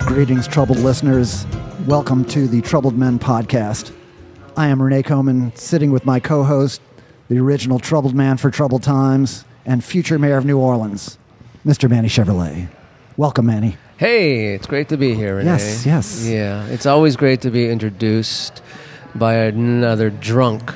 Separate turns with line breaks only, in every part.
Greetings, troubled listeners. Welcome to the Troubled Men podcast. I am Renee Coman, sitting with my co host, the original troubled man for troubled times, and future mayor of New Orleans, Mr. Manny Chevrolet. Welcome, Manny.
Hey, it's great to be here, Renee.
Yes, yes.
Yeah, it's always great to be introduced by another drunk.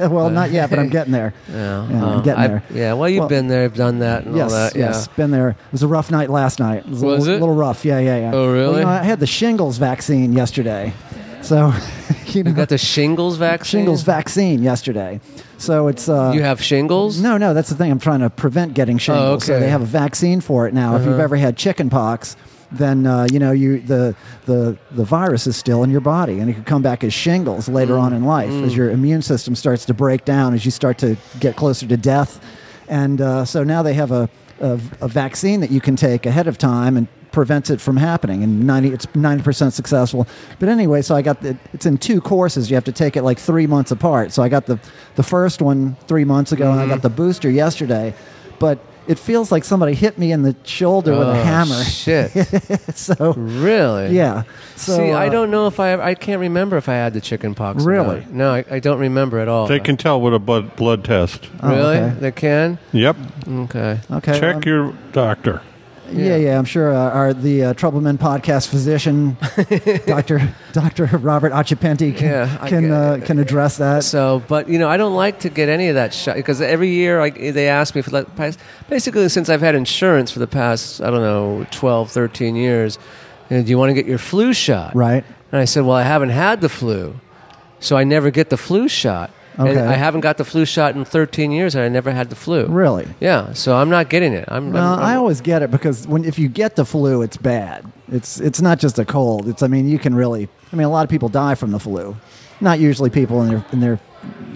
well, not yet, but I'm getting there.
Yeah,
Yeah, I'm
uh,
getting
I-
there.
Yeah, well, you've
Well-
been there, done that, and
Yes,
all that.
yes, been there. It was a rough night last night. It was, a
Was
little,
it?
little rough. Yeah, yeah, yeah.
Oh,
Well, you
really?
know, I had the shingles vaccine yesterday, so you know,
Yeah. You got the shingles vaccine.
shingles vaccine yesterday. So it's uh,
You have shingles?
No, no, that's the thing. I'm trying to prevent getting shingles. So
okay.
they have a vaccine for it now. If you've ever had chicken pox, then uh, you know you the the the virus is still in your body, and it could come back as shingles later on in life as your immune system starts to break down as you start to get closer to death. And uh, so now they have a, a a vaccine that you can take ahead of time and prevent it from happening. And ninety it's ninety percent successful. But anyway, so I got the it's in two courses. You have to take it like three months apart. So I got the the first one three months ago, and I
Mm-hmm.
got the booster yesterday. But it feels like somebody hit me in the shoulder with a
Oh,
hammer.
Shit.
so
really?
yeah. So
See, I
uh,
don't know if I I can't remember if I had the chicken pox. or
Really?
not. No, I, I don't remember at all.
They can tell with a blood, blood test.
Oh,
Really?
okay.
They can?
Yep.
Okay.
Okay.
Check
um,
your doctor.
Yeah,
Yeah.
yeah, I'm sure uh, our the uh, Troubleman podcast physician, Doctor Doctor Robert Achipenti, can
Yeah, I
can
get
uh, can address that.
So, but you know, I don't like to get any of that shot because every year like they ask me for like past- basically since I've had insurance for the past I don't know 12, 13 years, you know, do you want to get your flu shot?
right.
And I said, well, I haven't had the flu, so I never get the flu shot. And
Okay.
I haven't got the flu shot in 13 years, and I never had the flu.
Really.
Yeah, so I'm not getting it. I'm,
No,
I'm-
I
I'm-
always get it because when if you get the flu, it's bad. It's it's not just a cold. It's I mean you can really I mean a lot of people die from the flu. Not usually people in their in their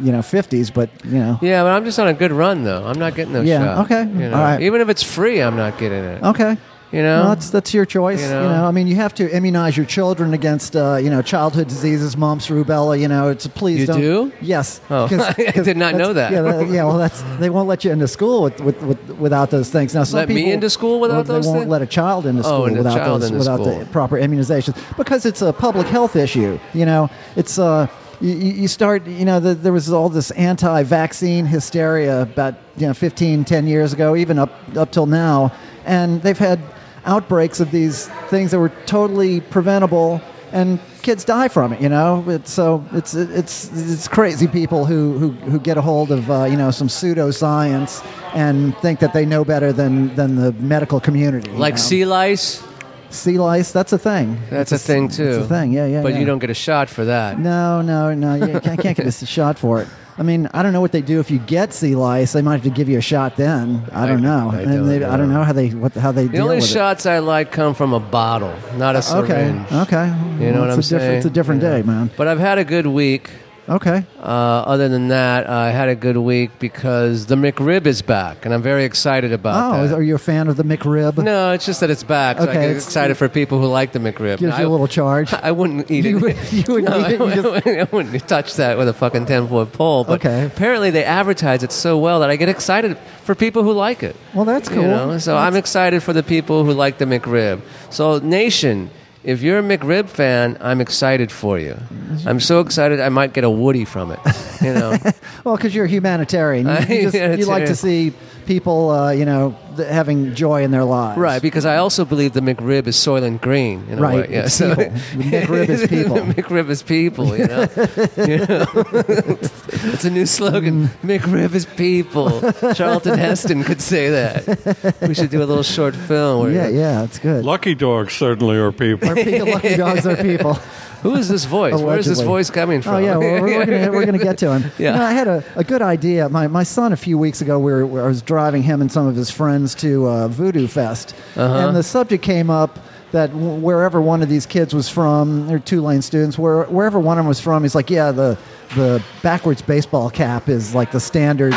you know fifties, but you know
yeah, but I'm just on a good run though. I'm not getting those
Yeah,
shot.
okay,
You know?
all right.
Even if it's free, I'm not getting it.
okay.
You know,
Well, that's that's your choice. You
You
know?
know?
I mean, you have to immunize your children against, uh, you know, childhood diseases, mumps, rubella. You know, it's please
You
don't.
do?
Yes.
Oh.
'cause-
I
'cause
did not
that's-
know that.
Yeah, yeah. Well, that's they won't let you into school with, with, with without those things. Now, some
Let me
people-
into school without
well, they
those
won't
things?
let a child into school
and a
without
child
those
into
without
school.
the proper immunizations because it's a public health issue. You know, it's uh, you, you you start. You know, the, there was all this anti-vaccine hysteria about you know 15, 10 years ago, even up up till now, and they've had outbreaks of these things that were totally preventable, and kids die from it. You know, it's, so it's it's it's crazy people who who, who get a hold of uh, you know some pseudoscience and think that they know better than than the medical community. you
like
know?
sea lice.
Sea lice, that's a thing.
That's
It's
a thing too.
It's a thing, yeah, yeah.
But
yeah.
you don't get a shot for that.
No, no, no. You can't, can't get a shot for it. I mean, I don't know what they do if you get sea lice. They might have to give you a shot then. I don't
I-
know.
I
and
don't
they, I don't
know.
know how they what how they
The
deal
only
with
shots I like come from a bottle, not a
it. Okay,
syringe.
okay.
You
Well,
know
it's
what I'm
a different-
saying?
It's a different
You know.
day, man.
But I've had a good week.
Okay.
Uh, other than that, I had a good week because the McRib is back, and I'm very excited about
Oh,
that.
is- are you a fan of the McRib?
no, it's just that it's back. so
Okay,
I get
it's-
excited for people who like the McRib.
Gives
No,
you
I-
a little charge.
I wouldn't eat
You
it.
would- you wouldn't
No,
eat it,
I,
you just-
wouldn't- I wouldn't touch that with a fucking ten foot pole. But
Okay.
apparently, they advertise it so well that I get excited for people who like it.
Well, that's
You
cool.
know, So I'm excited for the people who like the McRib. So nation, if you're a McRib fan, I'm excited for you.
Mm-hmm.
I'm so excited I might get a Woody from it. You know,
Well, because you're a humanitarian, you, you, just, you like to
Humanitarian.
see people, uh, you know, th- having joy in their lives.
right? Because I also believe the McRib is soil and green. In a
Right,
way. Yeah,
it's
so-
people. The McRib is people.
The McRib is people. You know, You know? it's a new slogan.
Mm.
McRib is people. Charlton Heston could say that. We should do a little short film. Where
Yeah, yeah, it's good.
Lucky dogs certainly are people.
Our people, lucky dogs are people.
Who is this voice? Where is this
Allegedly.
voice coming from?
Oh yeah, well, we're, we're gonna we're gonna get to him.
Yeah.
You know, I had a, a good idea. My my son a few weeks ago, we were, we- I was driving him and some of his friends to uh, Voodoo Fest,
Uh-huh.
and the subject came up that w- wherever one of these kids was from, they're Tulane students, where wherever one of them was from, he's like, yeah, the the backwards baseball cap is like the standard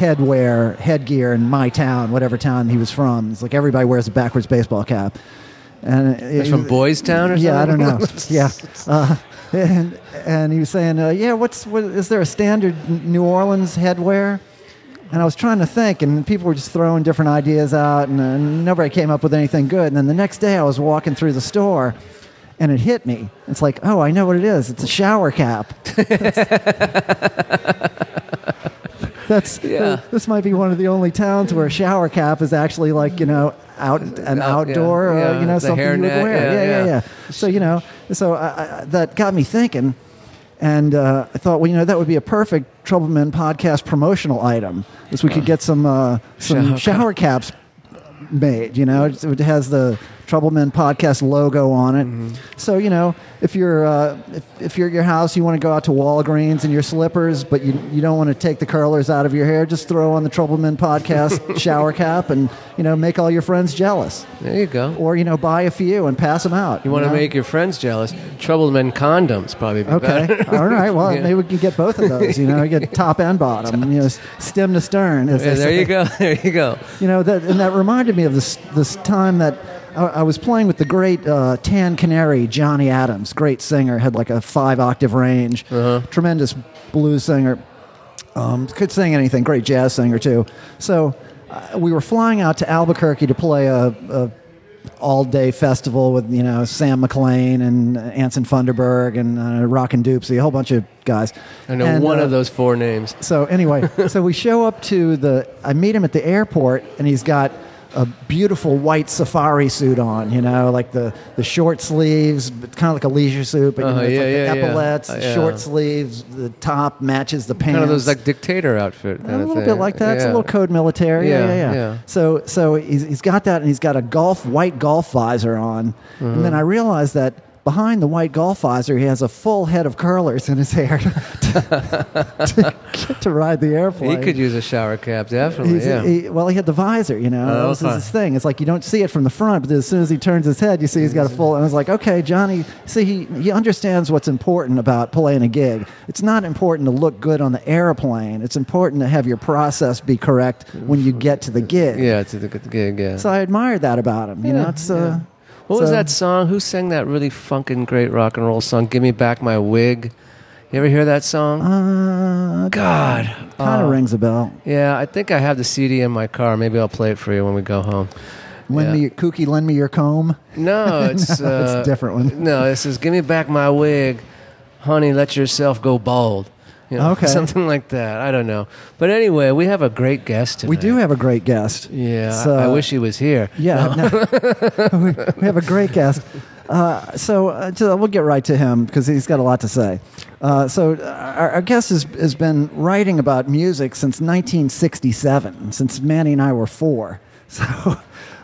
headwear headgear in my town, whatever town he was from. It's like everybody wears a backwards baseball cap. And uh,
He's from Boys Town or
yeah, I don't
something?
know. yeah, uh, and and he was saying, uh, yeah, what's what, is there a standard New Orleans headwear? And I was trying to think, and people were just throwing different ideas out, and, and nobody came up with anything good. And then the next day, I was walking through the store, and it hit me. It's like, oh, I know what it is. It's a shower cap. That's uh,
Yeah.
This might be one of the only towns where a shower cap is actually like you know out an
Out- yeah,
outdoor uh,
yeah,
you know
the
something you would
hairnet,
wear.
yeah,
Yeah, yeah, yeah.
yeah.
So you know, so I, I, that got me thinking, and uh, I thought, well, you know, that would be a perfect Troubleman podcast promotional item, is we could get some uh, some
Shower
shower caps made. You know, It's- it has the Troubleman podcast logo on it.
Mm-hmm.
So you know, if you're uh, if, if you're at your house, you want to go out to Walgreens in your slippers, but you you don't want to take the curlers out of your hair. Just throw on the Troubleman podcast shower cap, and you know, make all your friends jealous,
There you go.
or you know, buy a few and pass them out.
You want to
know?
make your friends jealous? Troubleman condoms probably be better.
Okay. All right. Well,
Yeah.
maybe we can get both of those. You know, we get top and bottom. You know, s- stem to stern. As
Yeah,
they
there
say.
you go. There you go.
You know, that, and that reminded me of this this time that I, I was playing with the great uh, Tan Canary, Johnny Adams, great singer, had like a five octave range,
Uh-huh.
tremendous blues singer, um, could sing anything, great jazz singer too. So uh, we were flying out to Albuquerque to play a, a all day festival with you know Sam McLean and Anson Funderburg and uh, Rockin' Doopsie, a whole bunch of guys.
I know
And,
one
uh,
of those four names.
so anyway, so we show up to the. I meet him at the airport, and he's got a beautiful white safari suit on. You know, like the the short sleeves, but kind of like a leisure suit, but you
Uh-huh,
know, it's
yeah, yeah,
like the
yeah.
epaulettes,
Uh, yeah.
short sleeves, the top matches the pants.
Kind of those like dictator outfit.
a
kind of
little
thing.
bit like that. It's a
Yeah.
little code military. Yeah,
Yeah,
yeah, yeah.
yeah.
So, so he's, he's got that, and he's got a golf white golf visor on. And
Mm-hmm.
then I realized that behind the white golf visor, he has a full head of curlers in his hair to, to, to ride the
He
airplane.
could use a shower cap, definitely.
He's-
Yeah.
he- well, he had the visor, you know.
Oh,
this is
okay.
his thing. It's like you don't see it from the front, but as soon as he turns his head, you see he's got a full. And I was like, okay, Johnny. See, he he understands what's important about playing a gig. It's not important to look good on the airplane. It's important to have your process be correct when you get to the gig.
yeah, it's a good gig. Yeah.
So I admired that about him. You know,
Yeah,
it's uh,
What was
so-
that song? Who sang that really funkin' great rock and roll song? Give me back my wig. You ever hear that song?
Uh,
God.
kind of
Uh,
rings a bell.
Yeah, I think I have the CD in my car. Maybe I'll play it for you when we go home.
Lend
yeah.
me, Kooky, lend me your comb.
No, it's
No, it's
uh,
a different one.
No, it says, "Give me back my wig, honey. Let yourself go bald." You know,
Okay.
something like that. I don't know, but anyway, we have a great guest today.
We do have a great guest.
Yeah, I-
So-
I wish he was here.
Yeah, no. we, we have a great guest. Uh, so, uh, so we'll get right to him because he's got a lot to say. Uh, so uh, our, our guest has, has been writing about music since 1967, since Manny and I were four. So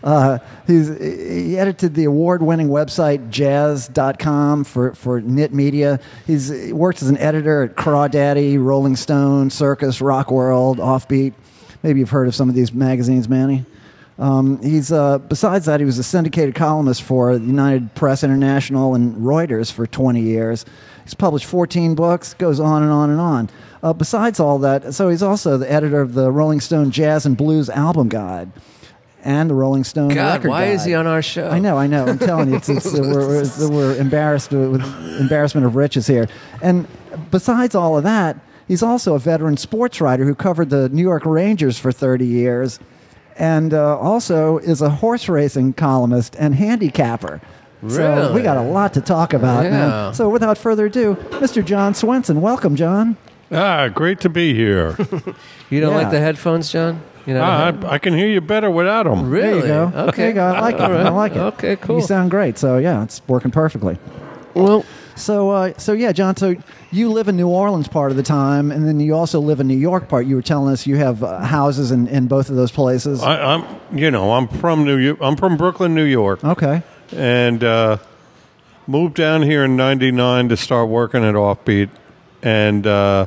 uh, he's, he edited the award-winning website jazz.com for, for Knit Media. He's he worked as an editor at Crawdaddy, Rolling Stone, Circus, Rock World, Offbeat. Maybe you've heard of some of these magazines, Manny. Um, he's uh, besides that, he was a syndicated columnist for the United Press International and Reuters for 20 years. He's published 14 books, goes on and on and on. Uh, besides all that, so he's also the editor of the Rolling Stone Jazz and Blues Album Guide and the Rolling Stone
God,
Record
why is
Guide.
he on our show?
I know, I know. I'm telling you, it's, it's, uh, we're, we're, it's- we're embarrassed with with embarrassment of riches here. And besides all of that, he's also a veteran sports writer who covered the New York Rangers for 30 years, and uh, also is a horse racing columnist and handicapper. So
Really?
we got a lot to talk about,
Yeah.
man. So without further ado, Mr. John Swenson, welcome, John.
Ah, great to be here.
You don't
Yeah.
like the headphones, John? You know,
ah, I, I can hear you better without them.
really?
There you go.
Okay,
There you go. I like it.
All right.
I like it.
Okay, cool.
You sound great. So yeah, it's working perfectly.
well,
So, uh, so yeah, John. So you live in New Orleans part of the time, and then you also live in New York part. You were telling us you have uh, houses in, in both of those places.
I, I'm, you know, I'm from New. York. I'm from Brooklyn, New York,
okay.
and uh, moved down here in '99 to start working at Offbeat, and uh,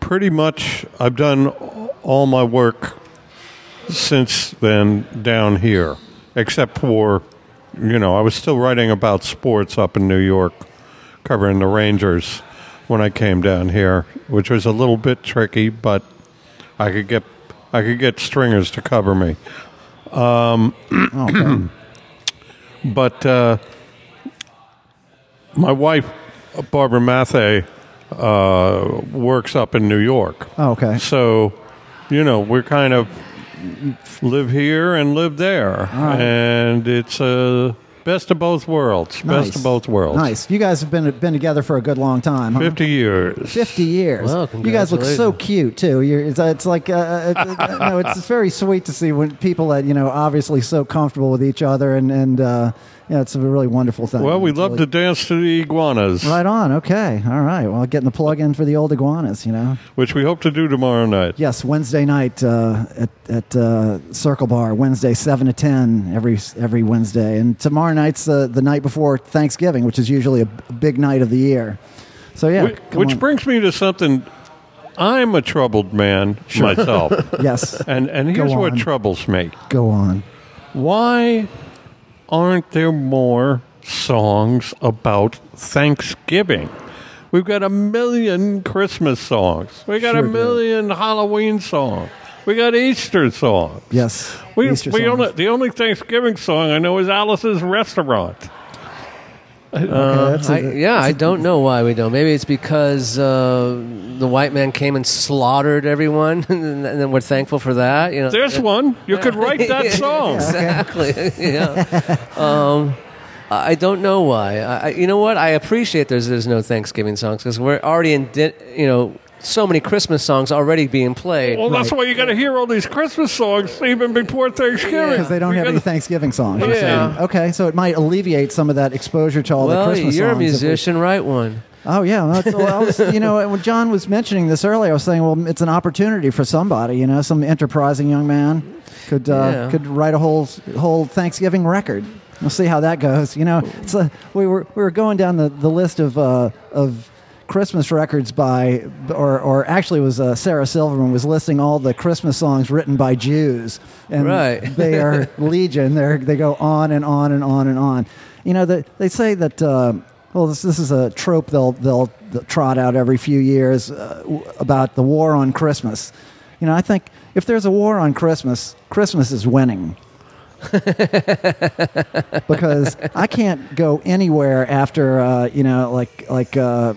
pretty much I've done all my work since then down here, except for, you know, I was still writing about sports up in New York, covering the Rangers when I came down here, which was a little bit tricky, but I could get I could get stringers to cover me. Um, but uh, my wife, Barbara Mathay, uh, works up in New York.
Oh, okay.
So you know, we're kind of live here and live there,
right.
and it's uh, best of both worlds. Best of both worlds.
Nice. You guys have been been together for a good long time. Huh?
Fifty years.
50 years.
Wow,
you guys look so
congratulations.
cute too. You're, it's, it's like uh, uh, no, it's very sweet to see when people that you know obviously so comfortable with each other and and uh, yeah, it's a really wonderful thing.
Well, we
It's
love
really-
to dance to the iguanas,
Right on. Okay. All right. Well, getting the plug in for the old iguanas, you know.
which we hope to do tomorrow night.
Yes, Wednesday night uh, at, at uh, Circle Bar. Wednesday, seven to ten every every Wednesday, and tomorrow night's the the night before Thanksgiving, which is usually a b- big night of the year. So yeah,
Whi- Which,
come on.
brings me to something. I'm a troubled man myself,
yes,
and and
Go
here's what
on.
troubles me.
go on.
Why aren't there more songs about Thanksgiving? We've got a million Christmas songs. We got
Sure
a
do.
million Halloween songs. We got Easter songs.
Yes,
We,
Easter
we
songs.
only, the only Thanksgiving song I know is Alice's Restaurant.
Okay, that's a-
I, yeah, I don't know why we don't. Maybe it's because uh, the white man came and slaughtered everyone, and then we're thankful for that. You know,
There's one. You could write that song.
exactly. yeah. Um, I I don't know why. I, I- you know what? I appreciate there's there's no Thanksgiving songs because we're already in. Di- you know, so many Christmas songs already being played.
Well, that's why you got to hear all these Christmas songs even before Thanksgiving.
because they don't have any
Because-
Thanksgiving songs. you're
Yeah.
saying. Okay, so it might alleviate some of that exposure to all
well,
the Christmas
you're a
songs if we-
musician, write one.
Oh yeah, well, that's- well, I was, you know, when John was mentioning this earlier, I was saying, well, it's an opportunity for somebody, you know, some enterprising young man could uh,
Yeah.
could write a whole whole Thanksgiving record. We'll see how that goes. You know, it's a, we were we were going down the, the list of uh, of Christmas records by or or actually it was uh, Sarah Silverman was listing all the Christmas songs written by Jews and
Right.
they are legion. They they go on and on and on and on. You know, the, they say that. Uh, well, this, this is a trope they'll they'll trot out every few years uh, w- about the war on Christmas. You know, I think if there's a war on Christmas, Christmas is winning. because I can't go anywhere after uh, you know, like like uh,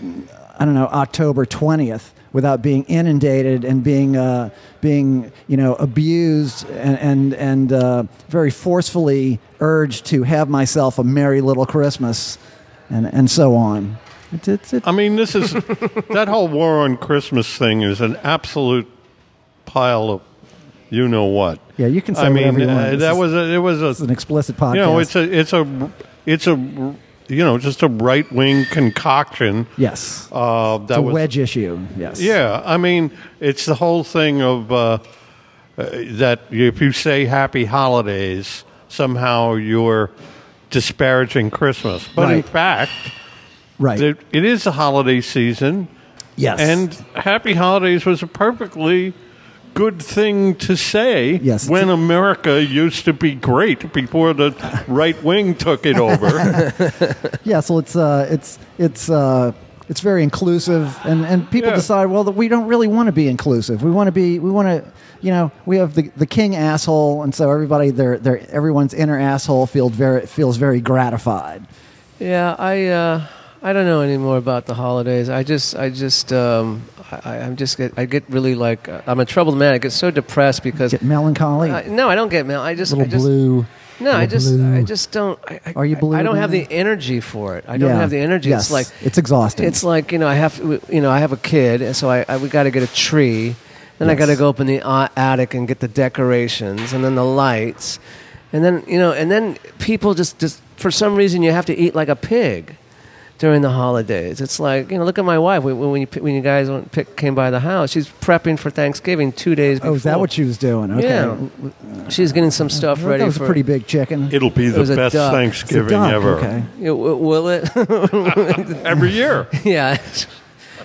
I don't know, October twentieth, without being inundated and being uh, being you know abused and and, and uh, very forcefully urged to have myself a merry little Christmas, and and so on. It's, it's, it's,
I mean, this is that whole war on Christmas thing is an absolute pile of you know what.
yeah, you can say
I
whatever
mean,
you want.
uh,
This
that
is-
was a, it was
this is
a
an explicit podcast.
you know it's a it's a it's a you know just a right wing concoction
yes,
uh, that
it's a
was
wedge issue. Yes,
yeah. I mean, it's the whole thing of uh, uh, that if you say Happy Holidays, somehow you're disparaging Christmas, but in
Right.
fact.
right.
There- it is the holiday season.
Yes.
And Happy Holidays was a perfectly good thing to say
Yes.
when America used to be great before the right wing took it over.
Yeah, so it's uh, it's it's uh, it's very inclusive, and, and people
Yeah.
decide well that we don't really want to be inclusive. We want to be we want to you know we have the, the king asshole, and so everybody their their everyone's inner asshole feels very feels very gratified.
Yeah, I uh, I don't know anymore about the holidays. I just I just um, I, I'm just get, I get really like uh, I'm a troubled man. I get so depressed because
Get melancholy,
I, no, I don't get mail. I just
little
I just,
blue.
No, I
little
just
blue.
I just don't. I, I,
Are you blue
I don't have
now?
the energy for it. I don't
Yeah.
have the energy.
Yes.
It's like
it's exhausting.
it's like you know I have you know I have a kid, and so I, I we got to get a tree, then I
Yes.
got to go up in the uh, attic and get the decorations, and then the lights, and then you know, and then people just just for some reason you have to eat like a pig during the holidays. It's like you know, look at my wife. When, when you when you guys went, pick, came by the house, she's prepping for Thanksgiving two days. Before.
oh, is that what she was doing? Okay.
Yeah, she's getting some stuff ready
that was
for
a pretty big chicken.
It'll be the
was a
best
duck.
It's a
Thanksgiving
duck,
ever.
Okay.
You know, w- will it?
Every year.
yeah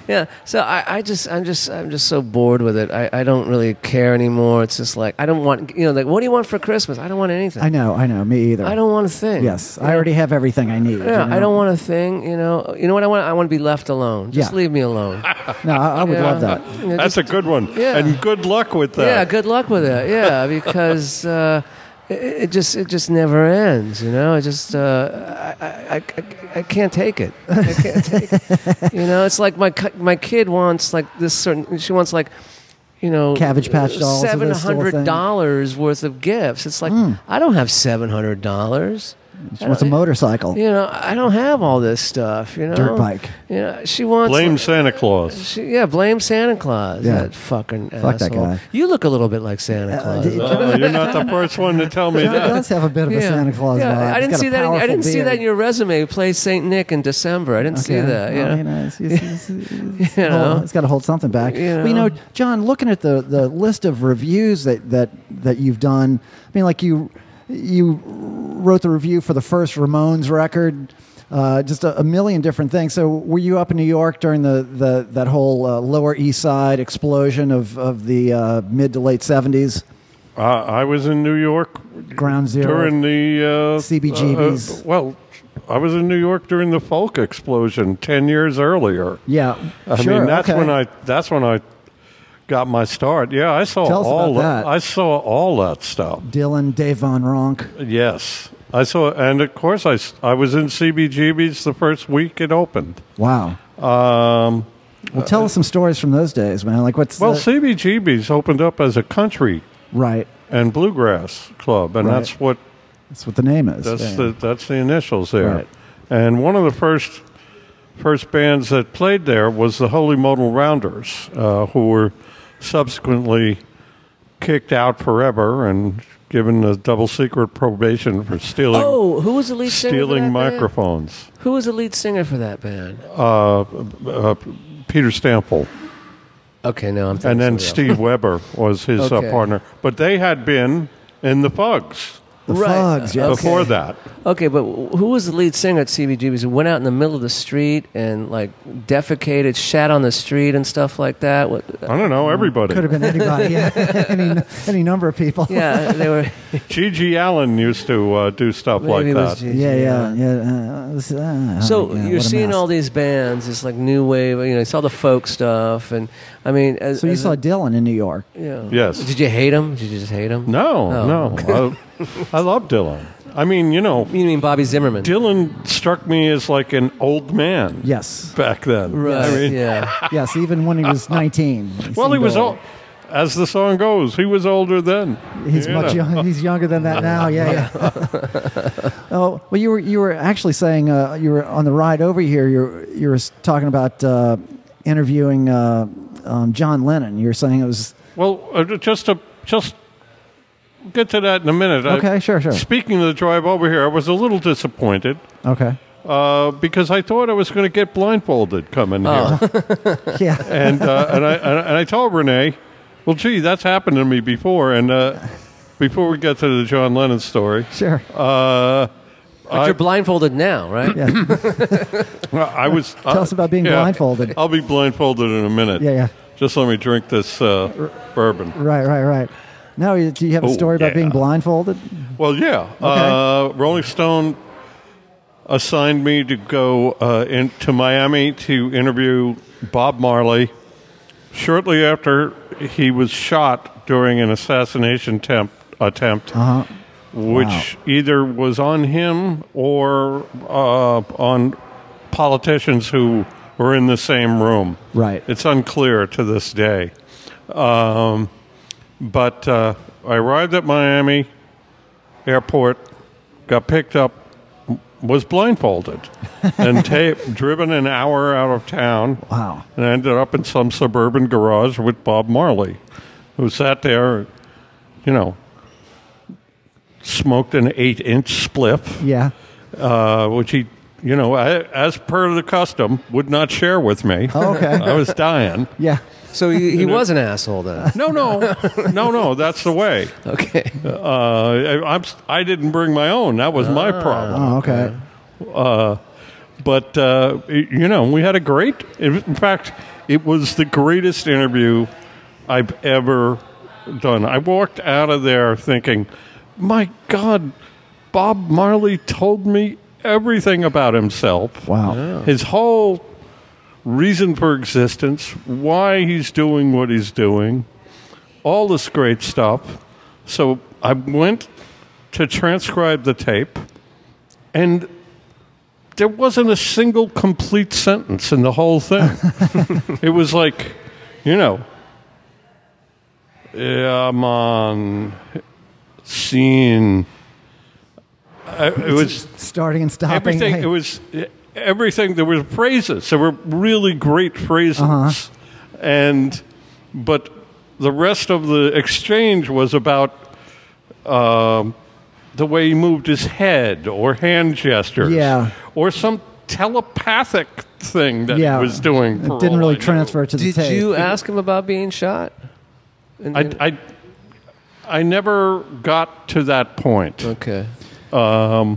yeah so I, I just i'm just i'm just so bored with it I, I don't really care anymore it's just like i don't want you know like what do you want for christmas i don't want anything
I
i,
know, I know, me either.
don't want a thing
Yes, I already have everything I need.
yeah,
you know?
I don't want a thing. You know, you know what I want? I want to be left alone. Just
Yeah.
leave me alone.
No, I, I would love that.
Yeah,
That's
just-
a good one.
Yeah.
And good luck with that.
yeah. Good luck with it. Yeah, because uh, it, it just it just never ends. You know, it just uh, I, I, I, I can't take it. I can't take it. You know, it's like my cu- my kid wants like this certain. She wants like you know,
Cabbage Patch dolls are
seven
those still a
hundred
thing? Hmm.
dollars worth of gifts. It's like I don't have seven hundred dollars.
She wants a motorcycle.
You know, I don't have all this stuff. You know,
Dirt bike.
You know, she wants
Blame Santa Claus.
She, yeah, blame Santa Claus.
Yeah.
That fucking
Fuck that
asshole.
guy.
You look a little bit like Santa
Uh,
Claus.
did-
Oh, you're not the first one to tell me
John
that.
does have a bit of a Santa Claus
Yeah,
vibe.
I
He's
didn't
got a
see that. In, I
powerful
didn't see that
beard.
in your resume. He plays Saint Nick in December. I didn't see
Okay.
that.
Well,
Yeah.
you know, it's- it's- it's- it's-
You know.
hold- it's got to hold something back.
You
Well, you know,
know.
John, looking at the, the list of reviews that, that that you've done, I mean, like you you wrote the review for the first Ramones record, uh, just a, a million different things. So, were you up in New York during the, the that whole uh, Lower East Side explosion of of the uh, mid to late seventies?
Uh, I was in New York
Ground zero.
during the uh,
CBGBs.
uh, well, I was in New York during the folk explosion ten years earlier.
yeah,
I
sure,
mean, that's
okay.
when I that's when I got my start. Yeah, I saw
Tell us
all
about that.
I saw all that stuff.
Dylan Dave Von Ronk.
Yes, I saw, and of course I s- I was in CBGB's the first week it opened.
Wow.
Um,
Well, tell us some stories from those days, man. Like, what's
well,
the-
CBGB's opened up as a country
right?
and bluegrass club, and
Right.
that's what
That's what the name is.
That's
Yeah.
the that's the initials there.
Right.
And one of the first first bands that played there was the Holy Modal Rounders, uh, who were subsequently kicked out forever and given a double secret probation for stealing
Oh, who was the lead singer? for
stealing
that band?
microphones.
Who was the lead singer for that band?
Uh, uh, Peter Stample.
Okay, no, I'm thinking
And then
somebody else.
Steve Weber was his
Okay.
uh, partner. But they had been in the Fugs
the
Right.
Fugs. Yes.
Okay.
before that.
Okay, but who was the lead singer at CBGB's who went out in the middle of the street and like defecated, shat on the street and stuff like that? What,
I don't know, everybody.
Could have been anybody. Yeah. any any number of people.
yeah, they were.
G.G. Allen used to uh, do stuff
Maybe
like
it was
that.
G.G..
Yeah, yeah, yeah. uh, it was, uh,
So
yeah,
you're
what a
seeing
mess.
all these bands, it's like new wave. You know, it's all the folk stuff, and I mean, as,
So you
as
saw
a-
Dylan in New York.
yeah.
Yes.
Did you hate him? Did you just hate him?
No,
Oh.
no. I, I love Dylan. I mean, you know,
You mean Bobby Zimmerman?
Dylan struck me as like an old man
Yes,
back then.
right?
I mean,
yeah.
yes. Even when he was 19.
Well, he
seemed
was old. As the song goes, he was older then.
He's
you
much
know.
young, he's younger than that now. Yeah, yeah. oh, well, you were you were actually saying uh, you were on the ride over here. You were, you were talking about uh, interviewing uh, um, John Lennon. You were saying it was
Well, uh, just to just get to that in a minute. I-
Okay, sure, sure.
Speaking of the drive over here, I was a little disappointed
okay.
uh, because I thought I was going to get blindfolded coming here.
Yeah.
and uh, and I and, I- and I told Renee, well, gee, that's happened to me before. And uh, before we get to the John Lennon story,
Sure.
uh,
But you're blindfolded now, right?
Yeah.
I was.
Tell us about being blindfolded.
I'll be blindfolded in a minute.
Yeah, yeah.
Just let me drink this uh, bourbon.
Right, right, right. Now, you- do you have a
Oh,
story about
yeah.
being blindfolded?
Well, yeah. Uh, Rolling Stone assigned me to go uh, in, to Miami to interview Bob Marley shortly after he was shot during an assassination temp- attempt,
Uh huh.
which either was on him or uh, on politicians who were in the same room.
Right.
It's unclear to this day. Um, but uh, I arrived at Miami airport, got picked up, was blindfolded, and taped, driven an hour out of town.
Wow.
And I ended up in some suburban garage with Bob Marley, who sat there, you know, smoked an eight inch spliff,
Yeah.
uh, which he, you know, I, as per the custom, would not share with me.
Oh, Okay.
I was dying.
Yeah.
So he, he was an asshole then.
No, no, no, no. That's the way.
Okay.
Uh, I, I'm, I didn't bring my own. That was my problem.
Oh, okay.
Uh, but uh, it- you know, we had a great. In fact, it was the greatest interview I've ever done. I walked out of there thinking, "My God, Bob Marley told me everything about himself.
Wow.
his whole reason for existence, why he's doing what he's doing, all this great stuff." So I went to transcribe the tape, and there wasn't a single complete sentence in the whole thing. it was like, you know, yeah, man, scene. I, it was
starting and stopping.
everything.
Hey,
It was everything. There were phrases. There were really great phrases,
Uh-huh.
and but the rest of the exchange was about um the way he moved his head or hand gestures,
Yeah.
or some telepathic thing that
yeah,
he was doing. for
It didn't
all I
really
knew.
transfer to the
Did
tape.
you ask him about being shot? And then-
I, I, I never got to that point.
okay.
Uh,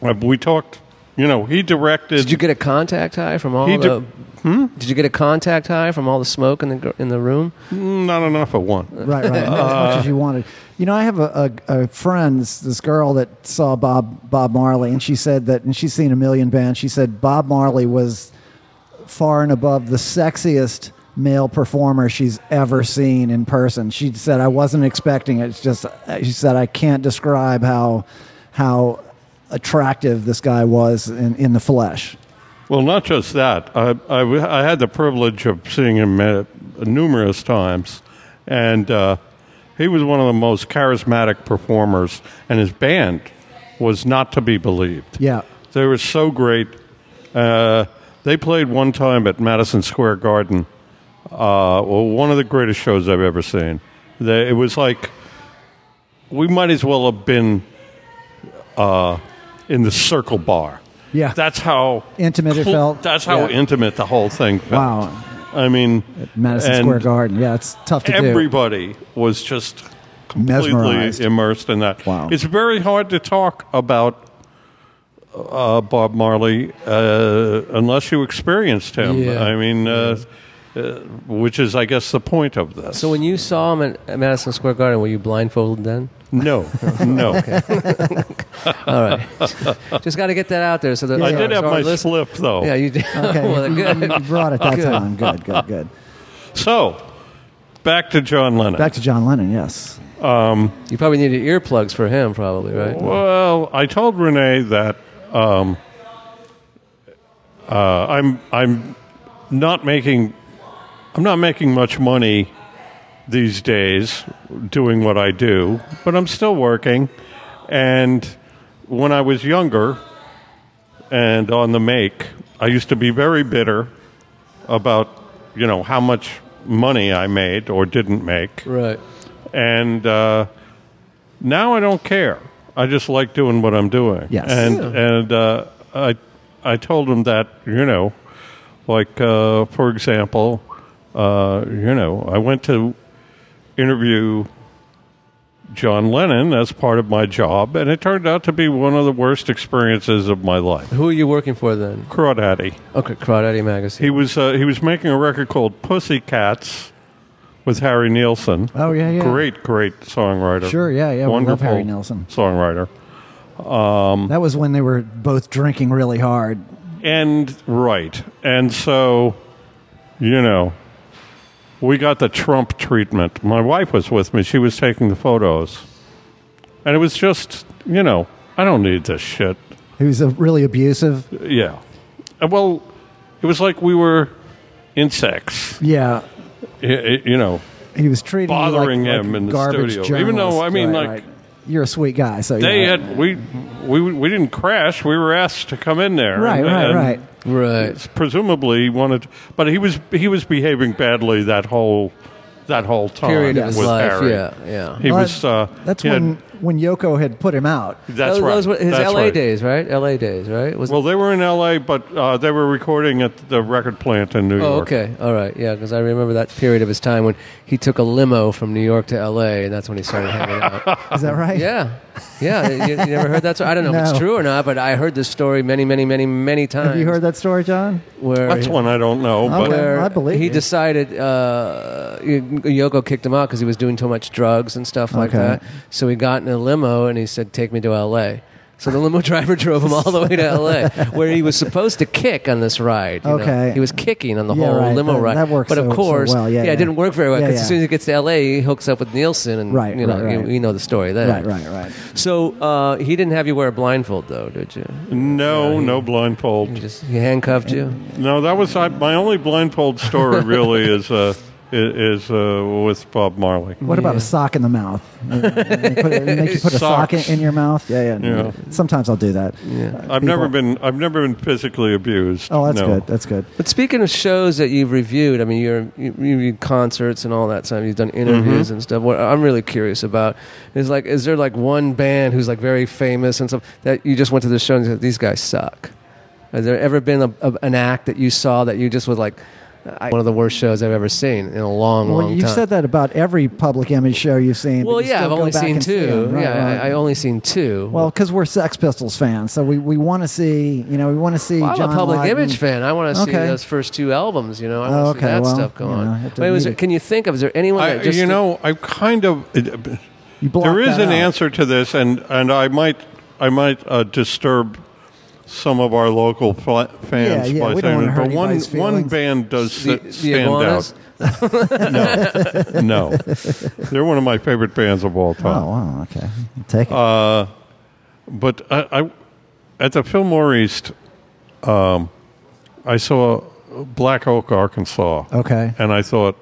We talked. You know, he directed.
Did you get a contact high from all
He Hmm?
the?
de-
Did you get a contact high from all the smoke in the gr- in the room?
Not enough of one.
right, right. Not as much as you wanted. You know, I have a, a, a friend, this- this girl that saw Bob Bob Marley, and she said that, and she's seen a million bands. She said Bob Marley was far and above the sexiest male performer she's ever seen in person. She said I wasn't expecting it. It's just she said I can't describe how how attractive this guy was in, in the flesh.
Well, not just that. I, I w- I had the privilege of seeing him uh, numerous times, and uh, he was one of the most charismatic performers, and his band was not to be believed.
Yeah.
They were so great. Uh, they played one time at Madison Square Garden. Uh, well, one of the greatest shows I've ever seen. They, it was like we might as well have been uh, in the Circle Bar.
Yeah.
that's how
Intimate it
cl-
felt.
That's how
Yeah.
intimate the whole thing felt.
Wow.
I mean,
Madison
and
Square Garden. Yeah, it's tough to do.
Everybody was just completely
Mesmerized.
immersed in that.
Wow.
It's very hard to talk about uh, Bob Marley uh, unless you experienced him.
Yeah.
I mean, uh, uh, which is, I guess, the point of this.
So when you saw him at, at Madison Square Garden, were you blindfolded then?
no, no,
All right, just got to get that out there. So that
I
so
did
our-
have
so our
my
list-
slip though.
Yeah, you did.
Okay,
well,
you,
good.
you brought it that time. Good, good, good.
So back to John Lennon.
Back to John Lennon, yes.
You probably needed earplugs for him, probably, right?
Well, I told Renee that um, uh, I'm I'm not making I'm not making much money these days doing what I do, but I'm still working. And when I was younger and on the make, I used to be very bitter about you know how much money I made or didn't make
Right.
and uh, now I don't care. I just like doing what I'm doing.
Yes.
And
Yeah.
and uh, I I told him that you know, like uh, for example, uh, you know, I went to interview John Lennon as part of my job, and it turned out to be one of the worst experiences of my life.
Who are you working for then?
Crawdaddy.
Okay, Crawdaddy Magazine.
He was uh, he was making a record called Pussycats with Harry Nielsen.
Oh, yeah, yeah.
Great, great songwriter.
Sure, yeah, yeah, we love
Wonderful
Harry Nielsen.
songwriter.
That was when they were both drinking really hard.
And right, and so, you know, we got the Trump treatment. My wife was with me; she was taking the photos, and it was just, you know, I don't need this shit.
He was a really abusive.
Yeah. Uh, Well, it was like we were insects.
Yeah,
I- I- you know,
he was treating you like-
Bothering
like,
him in the
garbage
studio. Even though,
journalist.
I mean,
Right,
like-
right. you're a sweet guy, so
They
yeah.
had we we we didn't crash. We were asked to come in there.
right, right,
And
right.
right.
Presumably he wanted, but he was he was behaving badly that whole Oh, that whole time
Period of his
with
life.
Harry.
Yeah, yeah.
He
Well,
was. Uh,
that's
he had-
when when Yoko had put him out.
that's
Those-
right.
those were his
That's
LA
right.
days, right? LA days, right? Was
Well, they were in L.A., but uh, they were recording at the record plant in New
Oh,
York.
okay. All right. Yeah, because I remember that period of his time when he took a limo from New York to L.A., and that's when he started hanging out.
Is that right?
Yeah. Yeah. You, you never heard that story? I don't know if it's
No.
true or not, but I heard this story many, many, many, many times.
Have you heard that story, John?
Where
That's one I don't know, but
Okay.
where
I believe
he
you.
decided uh, Yoko kicked him out because he was doing too much drugs and stuff like
Okay.
that. So he got in a limo and he said, "Take me to L.A." So the limo driver drove him all the way to L.A., where he was supposed to kick on this ride. you know?
Okay.
he was kicking on the
Yeah,
whole
right.
limo
That-
ride.
that works
but of
so- so
course,
well. Yeah, yeah.
it didn't work very well
Yeah,
because
yeah.
as soon as he gets to L.A., he hooks up with Nielsen, and
Right,
you know,
right, right.
You, you know the story there.
Right, right, right.
So uh, he didn't have you wear a blindfold, though, did you?
no, no
He
blindfold.
just he handcuffed you.
No, that was I, my only blindfold story. Really, is uh, i- is uh, with Bob Marley.
What about a sock in the mouth? Uh, put it- make you put a sock in,
Socks.
in your mouth? Yeah, yeah,
Yeah.
Sometimes I'll do that.
Yeah.
I've never been I've never been physically abused.
Oh, that's
no.
good. That's good.
But speaking of shows that you've reviewed, I mean, you're, you, you reviewed concerts and all that stuff. You've done interviews and stuff. What I'm really curious about is like, is there like one band who's like very famous and stuff that you just went to the show and said, these guys suck? Has there ever been a, a, an act that you saw that you just was like, I, one of the worst shows I've ever seen in a long,
Well,
long
you've
time?
said that about every public image show you've seen. but
well,
you
yeah,
still
I've
go
only
back
seen
and see
two.
'em. Right,
yeah,
right.
I, I only seen two.
Well, because we're Sex Pistols fans, so we, we want to see, you know, we want to see.
Well, I'm
John
a public
Lydon.
image fan. I want to see
Okay.
those first two albums. You know, I
Oh,
want to see
okay,
that
well,
stuff go
you know,
on.
it
Wait,
doesn't
was there,
need-
can you think of? Is there anyone
I,
that just
you know, I kind of it-
You block
there is
that
an
out.
answer to this, and and I might I might uh, disturb some of our local fla- fans
Yeah, yeah,
by
we don't
saying,
wanna
it,
hurt
but one
anybody's
one
feelings.
band does
The-
s-
the
stand
Iguanas?
out. No, no, they're one of my favorite bands of all time.
Oh, wow, okay. Take it.
But I, I at the Fillmore East, um, I saw Black Oak, Arkansas.
Okay.
and I thought,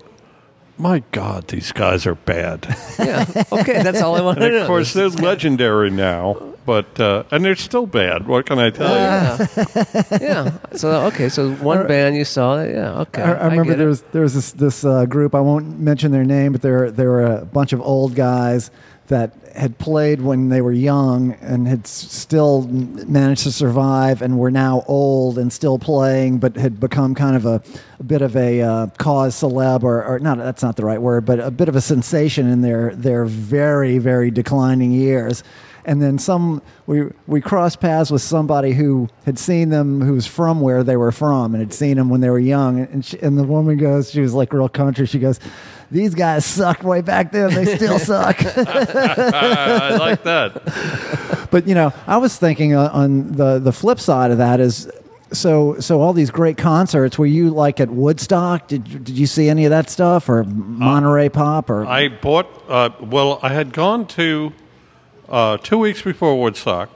my God, these guys are bad.
yeah. Okay, that's all I want to
And
know.
of course, they're legendary now, but uh, and they're still bad. What can I tell you?
yeah. yeah. So okay, so
Uh,
one band you saw. Yeah. Okay.
I, I remember
get
there
it.
was there was this this uh, group. I won't mention their name, but there there were a bunch of old guys that had played when they were young and had s- still m- managed to survive and were now old and still playing, but had become kind of a, a bit of a uh, cause celeb or, or not. That's not the right word, but a bit of a sensation in their their very very declining years. And then some, we, we crossed paths with somebody who had seen them, who was from where they were from, and had seen them when they were young. And, she, and the woman goes, she was like real country. She goes, "These guys sucked way back then. They still suck."
I, I like that.
but you know, I was thinking uh, on the the flip side of that is. So, so all these great concerts. Were you like at Woodstock? Did did you see any of that stuff, or Monterey Pop, or
I bought. Uh, well, I had gone to uh, two weeks before Woodstock.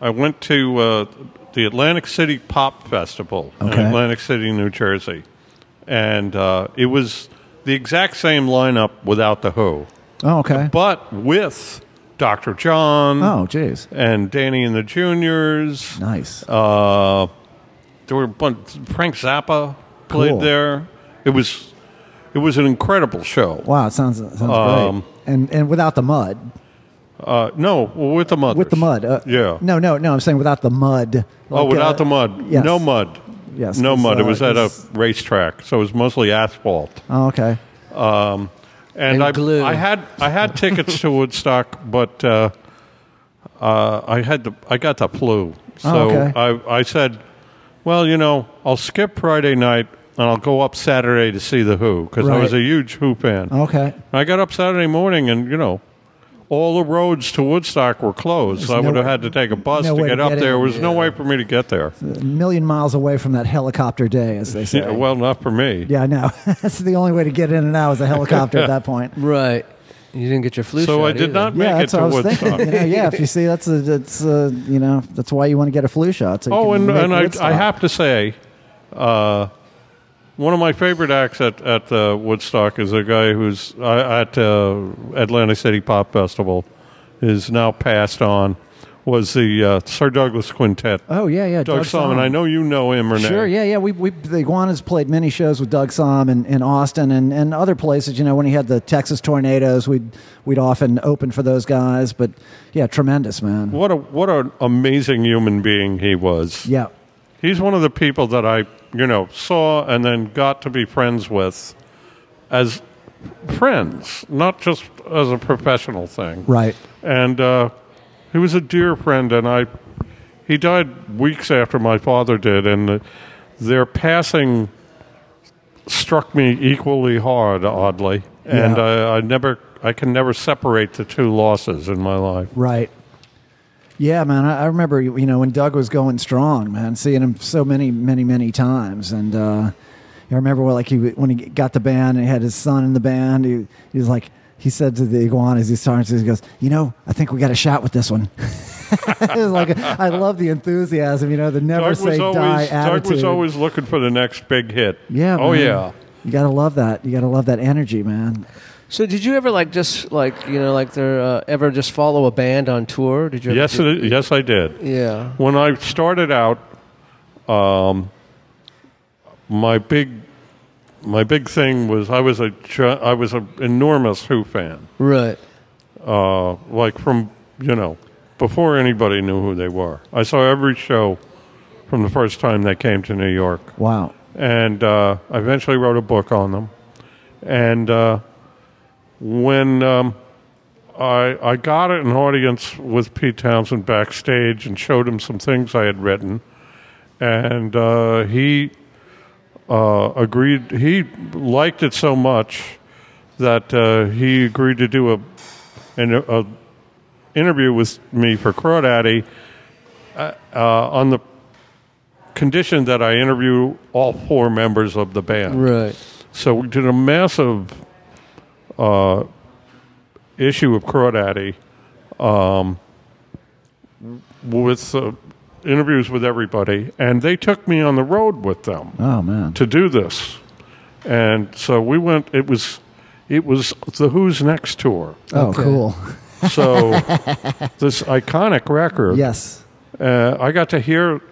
I went to uh, the Atlantic City Pop Festival in
Okay.
Atlantic City, New Jersey, and uh, it was the exact same lineup without the Who,
oh, okay,
but with Dr. John
oh, jeez,
and Danny and the Juniors.
nice.
Uh, there were a bunch. Frank Zappa played
Cool.
there. It was it was an incredible show.
wow, it sounds sounds
um,
great. And and without the mud,
Uh, no, with the mud.
with the mud. Uh,
yeah.
No, no, no. I'm saying without the mud.
oh,
Like,
without
uh,
the mud.
yes.
No mud.
Yes,
No
it's,
mud.
uh,
it was at a
it's-
racetrack, so it was mostly asphalt.
Oh, okay.
and,
And
I,
glue.
I had I had tickets to Woodstock, but uh, uh, I had the I got the flu, so
Oh, okay.
I I said, well, you know, I'll skip Friday night and I'll go up Saturday to see the Who because I was
Right.
a huge Who fan.
Okay.
I got up Saturday morning, and you know, all the roads to Woodstock were closed. I
no
would have
way-
had to take a bus
no
to
way
get
to
up
get
there. There
in,
was no
yeah.
way for me to get there.
A million miles away from that helicopter day, as they say.
Yeah, well, not for me.
Yeah, I know. That's the only way to get in and out is a helicopter at that point.
right. You didn't get your flu shot.
So I did
either.
not make
Yeah,
it
that's what
to
I was
Woodstock.
thinking. You know, yeah, if you see, that's a, that's a, you know, that's why you want to get a flu shot. So you
Oh,
can
and,
make
and I,
Woodstock.
I have to say, uh, one of my favorite acts at, at uh, Woodstock is a guy who's uh, at uh, Atlantic City Pop Festival, is now passed on, was the uh, Sir Douglas Quintet.
Oh yeah, yeah.
Doug, Solomon,
Solomon.
I know you know him or
Sure, yeah, yeah. We, we the Iguanas played many shows with Doug Somm in, in Austin and, and other places. You know, when he had the Texas tornadoes, we'd we'd often open for those guys. But yeah, tremendous man.
What a what an amazing human being he was.
Yeah,
He's one of the people that I, you know, saw and then got to be friends with as friends, not just as a professional thing.
right.
and uh, he was a dear friend and i he died weeks after my father did and uh, their passing struck me equally hard oddly and
Yeah.
I, I never i can never separate the two losses in my life
Right. Yeah, man. I, I remember you know when Doug was going strong, man. Seeing him so many, many, many times, and uh, I remember when, like he when he got the band and he had his son in the band. He, he was like. He said to the iguanas, he's starting to, he goes, you know, I think we got a shot with this one. it was like, I love the enthusiasm, you know, the never
Doug
say
was,
die
always,
attitude.
Doug was always looking for the next big hit
Yeah,
oh
man.
yeah
You gotta love that. You gotta love that energy, man.
So did you ever like just like you know like there uh, ever just follow a band on tour? Did you? Ever
Yes,
do-
it, yes, I did.
yeah.
When I started out, um, my big my big thing was I was a gi- I was an enormous Who fan.
Right.
uh, like from you know before anybody knew who they were. I saw every show from the first time they came to New York,
Wow.
and uh, I eventually wrote a book on them. And uh, when um, I I got an audience with Pete Townsend backstage and showed him some things I had written, and uh, he uh, agreed. He liked it so much that uh, he agreed to do a an a interview with me for Crawdaddy uh, uh, on the condition that I interview all four members of the band.
Right.
So we did a massive uh, issue of Crawdaddy um, with uh, interviews with everybody, and they took me on the road with them
Oh man.
to do this. And so we went. It was, it was the Who's Next tour.
Oh,
Okay.
cool.
So this iconic record.
Yes.
Uh, I got to hear,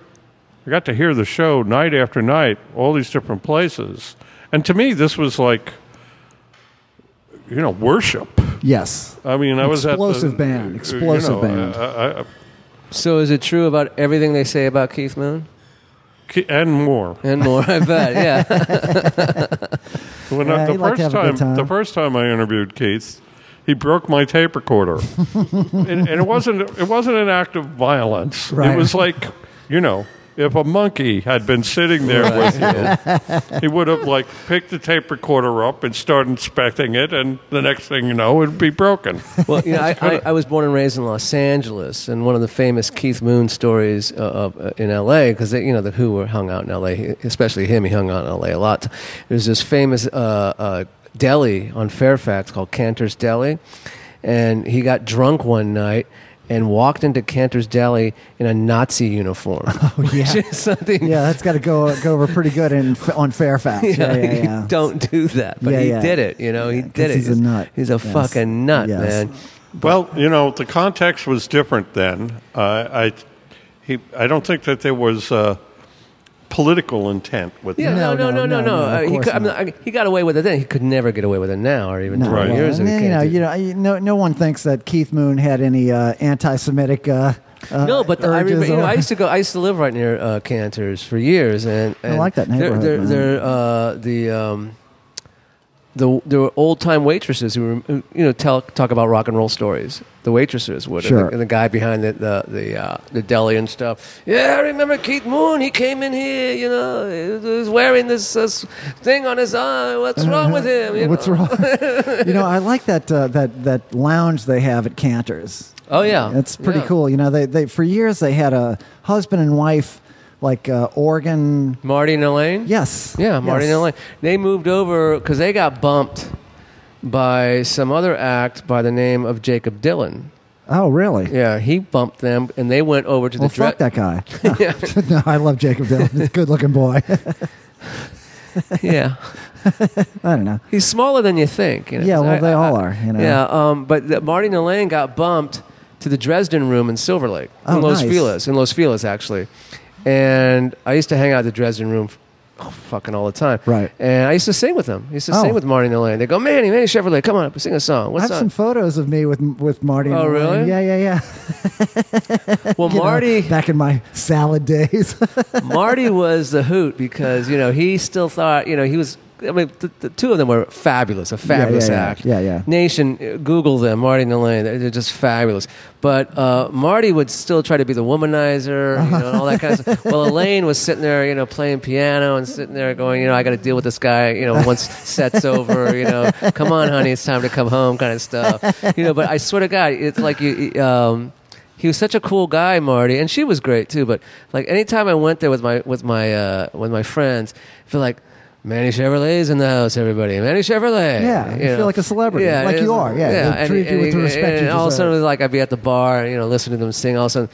I got to hear the show night after night, all these different places, and to me this was like, you know, worship.
Yes.
I mean, I was at the-
Explosive band,
uh, you
explosive
know, uh,
band.
I- I- I-
So is it true about everything they say about Keith Moon
ki- and more.
and more? I bet. Yeah.
When
Yeah,
I, the
you like to
first
have a
time,
good time.
the first time I interviewed Keith, he broke my tape recorder, and, and it wasn't it wasn't an act of violence.
Right.
It was like, you know, if a monkey had been sitting there with you, he would have like picked the tape recorder up and started inspecting it, and the next thing you know, it'd be broken.
Well, you know, I, I, I was born and raised in Los Angeles, and one of the famous Keith Moon stories uh, of, uh, in L.A. because you know the Who were hung out in L.A. Especially him, he hung out in L.A. a lot. There's this famous uh, uh, deli on Fairfax called Cantor's Deli, and he got drunk one night. And walked into Cantor's Deli in a Nazi uniform. Oh
yeah.
something
Yeah, that's got to go go over pretty good in on Fairfax. Yeah, yeah, yeah.
you don't do that. But
Yeah,
he
yeah.
did it. You know, he
Yeah, 'cause
did it.
he's a nut.
He's a
Yes.
fucking nut,
Yes.
man.
Well, you know, the context was different then. Uh, I, he, I don't think that there was uh, political intent with
Yeah,
that.
no,
No,
no, no, no, no.
no, no, no,
Uh,
of
he,
course
cou- I mean,
not.
I- he got away with it then. He could never get away with it now, or even
No,
twenty
well,
years
and
ago.
then, you know, you know, I- no, no one thinks that Keith Moon had any uh, anti-Semitic. Uh, uh,
no, but the, I
urges
remember. You know,
or-
I used to go. I used to live right near uh, Cantor's for years, and, and
like that neighborhood,
They're,
man.
they're, they're, uh, the um, the there were old time waitresses who were who, you know tell talk about rock and roll stories. The waitresses would, and,
Sure.
the, and the guy behind the the the, uh, the deli and stuff. Yeah, I remember Keith Moon. He came in here. You know, he was wearing this uh, thing on his eye. What's wrong with him? You
What's
know?
wrong? you know, I like that uh, that that lounge they have at Cantor's.
Oh yeah,
It's pretty
Yeah.
cool. You know, they, they for years they had a husband and wife like uh, organ.
Marty and Elaine.
Yes.
Yeah, Marty
yes.
and Elaine. They moved over because they got bumped by some other act by the name of Jacob Dylan.
Oh, really?
Yeah, he bumped them, and they went over to
Well,
the dre-
fuck that guy. no, I love Jacob Dylan. He's a good-looking boy.
Yeah,
I don't know.
he's smaller than you think. you know.
Yeah,
So
well,
I-
they
I-
all are, you know.
Yeah, um, but the, Marty and Elaine got bumped to the Dresden Room in Silver Lake,
Oh,
in Los
nice.
Feliz, in Los Feliz actually. And I used to hang out at the Dresden Room. Oh, fucking all the time.
Right.
And I used to sing with them. I used to sing
Oh.
with Marty and Elaine. They go, Manny, Manny Chevrolet, come on up, sing a song. What
I have
song?
some photos of me with with Marty. and
Oh,
Elaine.
really?
Yeah, yeah, yeah.
well,
You know,
Marty.
back in my salad days.
Marty was the hoot because you know he still thought you know he was. I mean, the, the two of them were fabulous, a fabulous
yeah, yeah.
act.
Yeah, yeah.
Nation, uh, Google them, Marty and Elaine. They're, they're just fabulous. But uh, Marty would still try to be the womanizer, you know, and all that kind of stuff. Well, Elaine was sitting there, you know, playing piano and sitting there going, you know, I got to deal with this guy, you know, once set's over, you know, come on, honey, it's time to come home, kind of stuff. You know, but I swear to God, it's like you. you, Um, he was such a cool guy, Marty, and she was great too. But like anytime I went there with my with my uh, with my friends, I feel like Manny Chevrolet's in the house, everybody. Manny Chevrolet.
Yeah, you feel like a celebrity, like
it
you
was-
are, yeah, they
and,
treat you
and-
with the respect
and
you
all of a
deserve.
sudden, it was like I'd be at the bar, you know, listening to them sing. All of a sudden,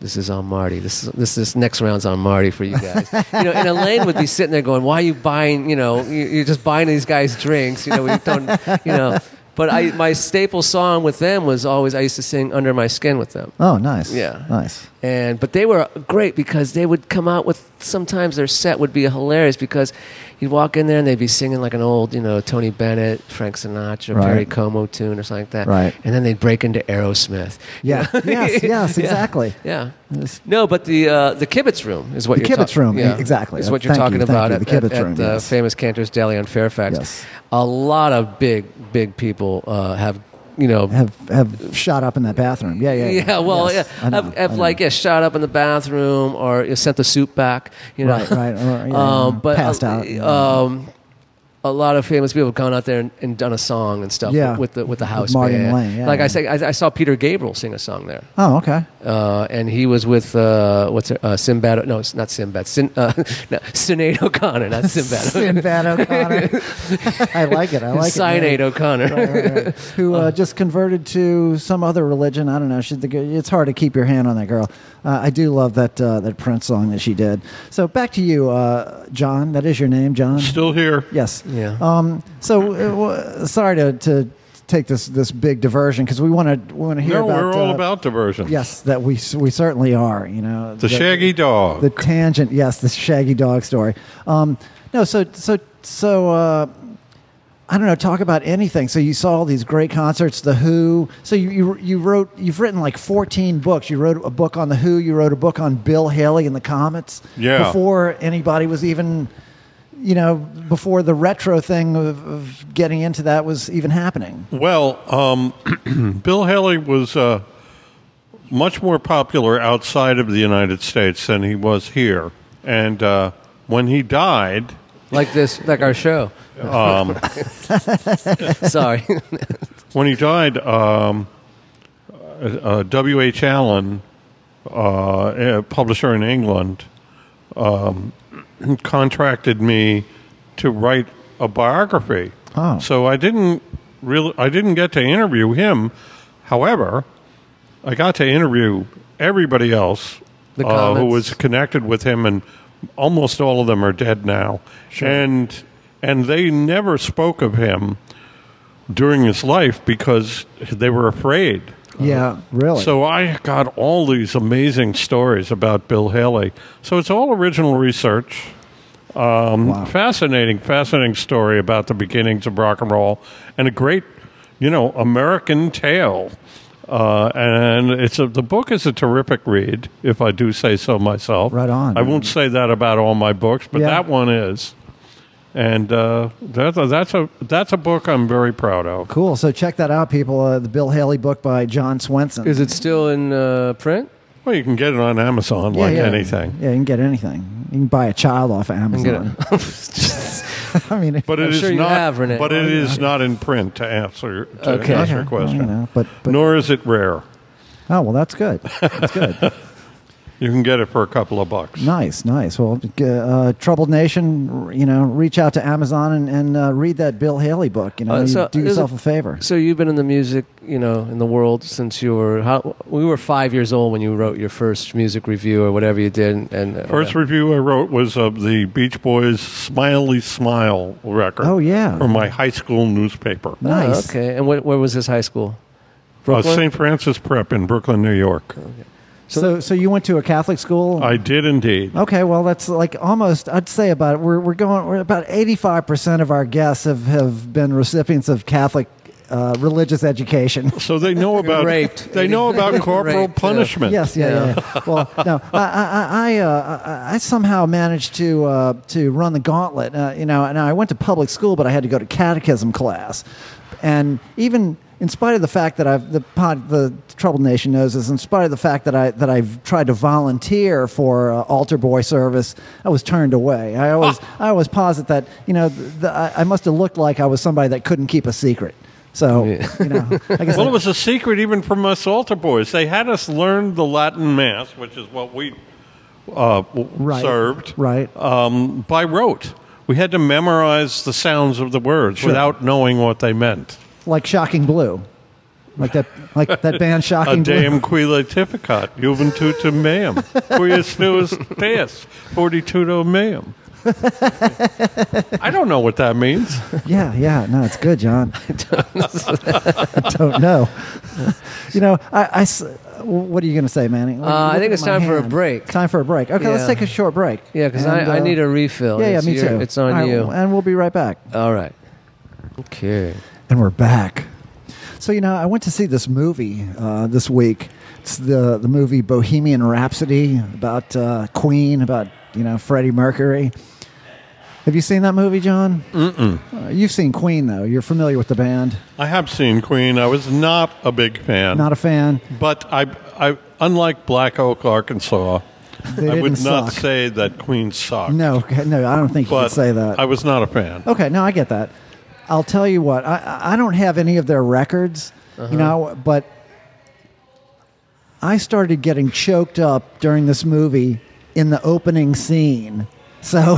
This is on Marty. This is this this next round's on Marty for you guys. You know, and Elaine would be sitting there going, "Why are you buying? You know, you- you're just buying these guys drinks. You know, we don't. You know." But I, my staple song with them was always I used to sing "Under My Skin" with them.
Oh, nice.
Yeah.
Nice.
and but they were great because they would come out with sometimes their set would be hilarious because you'd walk in there and they'd be singing like an old you know Tony Bennett, Frank Sinatra,
Right.
Perry Como tune or something like that,
Right.
And then they'd break into Aerosmith.
Yeah. yes. Yes. Exactly.
Yeah.
Yes.
No, but the uh, the kibitz room is what
The
you're
kibitz room, e- exactly.
is what you're
Thank you,
talking
thank
about
you,
at
the kibitz
at- at
room,
the
yes.
famous Cantor's Deli on Fairfax.
Yes.
A lot of big big people uh, have you know
Have have shot up in that bathroom. Yeah. Yeah.
yeah, well,
Yes.
yeah.
I know,
I've, I've
I know.
like yeah, shot up in the bathroom or you sent the soup back, you know.
Right, right, or, yeah,
um, but
passed
uh,
out.
Um, a lot of famous people have gone out there and, and done a song and stuff
Yeah.
with the with the
With
house
Marty and
band.
Lane, yeah,
like
yeah.
I say, I, I saw Peter Gabriel sing a song there,
Oh, okay.
uh, and he was with uh, what's her, uh, Sinbad? No, it's not Sinbad. Sin, uh, no, Sinead O'Connor, not Sinbad.
Sinbad O'Connor. I like it. I like
Sinead
it. yeah.
O'Connor.
Right, right, right. Who uh, just converted to some other religion? I don't know. She's the, g- it's hard to keep your hand on that girl. Uh, I do love that uh, that Prince song that she did. So back to you, uh, John. That is your name, John.
Still here.
Yes.
Yeah.
Um, so, uh, w- sorry to, to take this this big diversion because we want to we want to hear
No,
about.
we're all
uh,
about diversion.
Yes, that we we certainly are. You know,
The
that-
shaggy dog.
the tangent. Yes, the shaggy dog story. Um, no, so so so. Uh, I don't know. Talk about anything. So you saw all these great concerts, The Who. So you, you you wrote you've written like fourteen books. You wrote a book on The Who. You wrote a book on Bill Haley and the Comets.
Yeah.
Before anybody was even, you know, before the retro thing of, of getting into that was even happening.
Well, um, Bill Haley was uh, much more popular outside of the United States than he was here. And uh, when he died,
like this, like our show. Sorry.
when he died, um, uh, uh, W. H. Allen, uh, a publisher in England, um, contracted me to write a biography.
Oh.
So I didn't really, I didn't get to interview him. However, I got to interview everybody else
The
uh, who
Comets.
was connected with him, and almost all of them are dead now. And and they never spoke of him during his life because they were afraid.
yeah, really.
So I got all these amazing stories about Bill Haley. So it's all original research. Um, Fascinating, fascinating story about the beginnings of rock and roll, and a great, you know, American tale. Uh, and it's a, the book is a terrific read, if I do say so myself.
Right on.
I won't say that about all my books, but
Yeah.
that one is. And uh, that's a, that's a that's a book I'm very proud of.
cool. So check that out, people. Uh, the Bill Haley book by John Swenson.
Is it still in uh, print?
Well, you can get it on Amazon, like anything.
Yeah, you can get anything. You can buy a child off of
I'm
Amazon.
gonna-
I mean,
But
I'm
it is
sure you
not.
have, Renee. Oh,
But it is not in print to answer to
Okay.
answer your
Okay, well,
question.
you know, but, but
Nor is it rare.
oh well, that's good. That's good.
You can get it for a couple of bucks.
nice, nice. Well, g- uh, troubled nation, r- you know, reach out to Amazon and, and uh, read that Bill Haley book. You know,
Uh,
you
so
do
there's
yourself
a-
a favor.
So you've been in the music, you know, in the world since you were how, we were five years old when you wrote your first music review or whatever you did, and, and uh, Oh,
First review I wrote was of the Beach Boys' "Smiley Smile" record.
Oh, yeah.
from my high school newspaper,
Oh,
Nice.
okay, and what, where was this high school?
uh,
Brooklyn?
St. Francis Prep in Brooklyn, New York.
So, so you went to a Catholic school?
I did
Oh.
indeed.
Okay, well, that's like almost. I'd say about we're we're going. We're about eighty-five percent of our guests have have been recipients of Catholic uh, religious education.
So they know about
Raped.
they know about corporal
Raped, uh, yeah.
punishment.
Yes, yeah, yeah. yeah. Well, no, I, I, I, I, uh, I I somehow managed to uh, to run the gauntlet. Uh, you know, and I went to public school, but I had to go to catechism class, and even. In spite of the fact that I've the pod, the troubled nation knows this, in spite of the fact that I that I've tried to volunteer for uh, altar boy service, I was turned away. I always I always posit that you know the, the, I, I must have looked like I was somebody that couldn't keep a secret. So you know, I guess
Well,
I-
it was a secret even from us altar boys. They had us learn the Latin Mass, which is what we uh, w-
right,
served,
right.
um, by rote. We had to memorize the sounds of the words without knowing what they meant.
like shocking blue. Like that, like that band
A
Shocking Blue.
damn quila tipicat, juventutum meum, quius nuus deus, fortitudo meum. I don't know what that means.
Yeah, yeah. No, it's good, John. I don't know. you know, I, I s- What are you going to say, Manny? Look-
Uh, I
look
think
at
it's
my
time for a break.
Time for a break. Okay, let's
Yeah.
take a short break.
Yeah, because
And,
I, I
uh,
need a refill.
Yeah, yeah,
It's
me
your-
too.
It's on
All right,
you.
And we'll be right back.
All right. Okay.
And we're back. So you know, I went to see this movie uh, this week. It's the the movie Bohemian Rhapsody about uh, Queen, about you know Freddie Mercury. Have you seen that movie, John? Mm-mm. Uh, you've seen Queen though. You're familiar with the band.
I have seen Queen. I was not a big fan.
Not a fan.
but I, I, unlike Black Oak, Arkansas,
They
I
didn't
would
suck.
not say that Queen sucked.
No, okay, no, I don't think you
but
can say that. Oh,
I was not a fan.
Okay, no, I get that. I'll tell you what. I I- I don't have any of their records, you know, but I started getting choked up during this movie in the opening scene. So,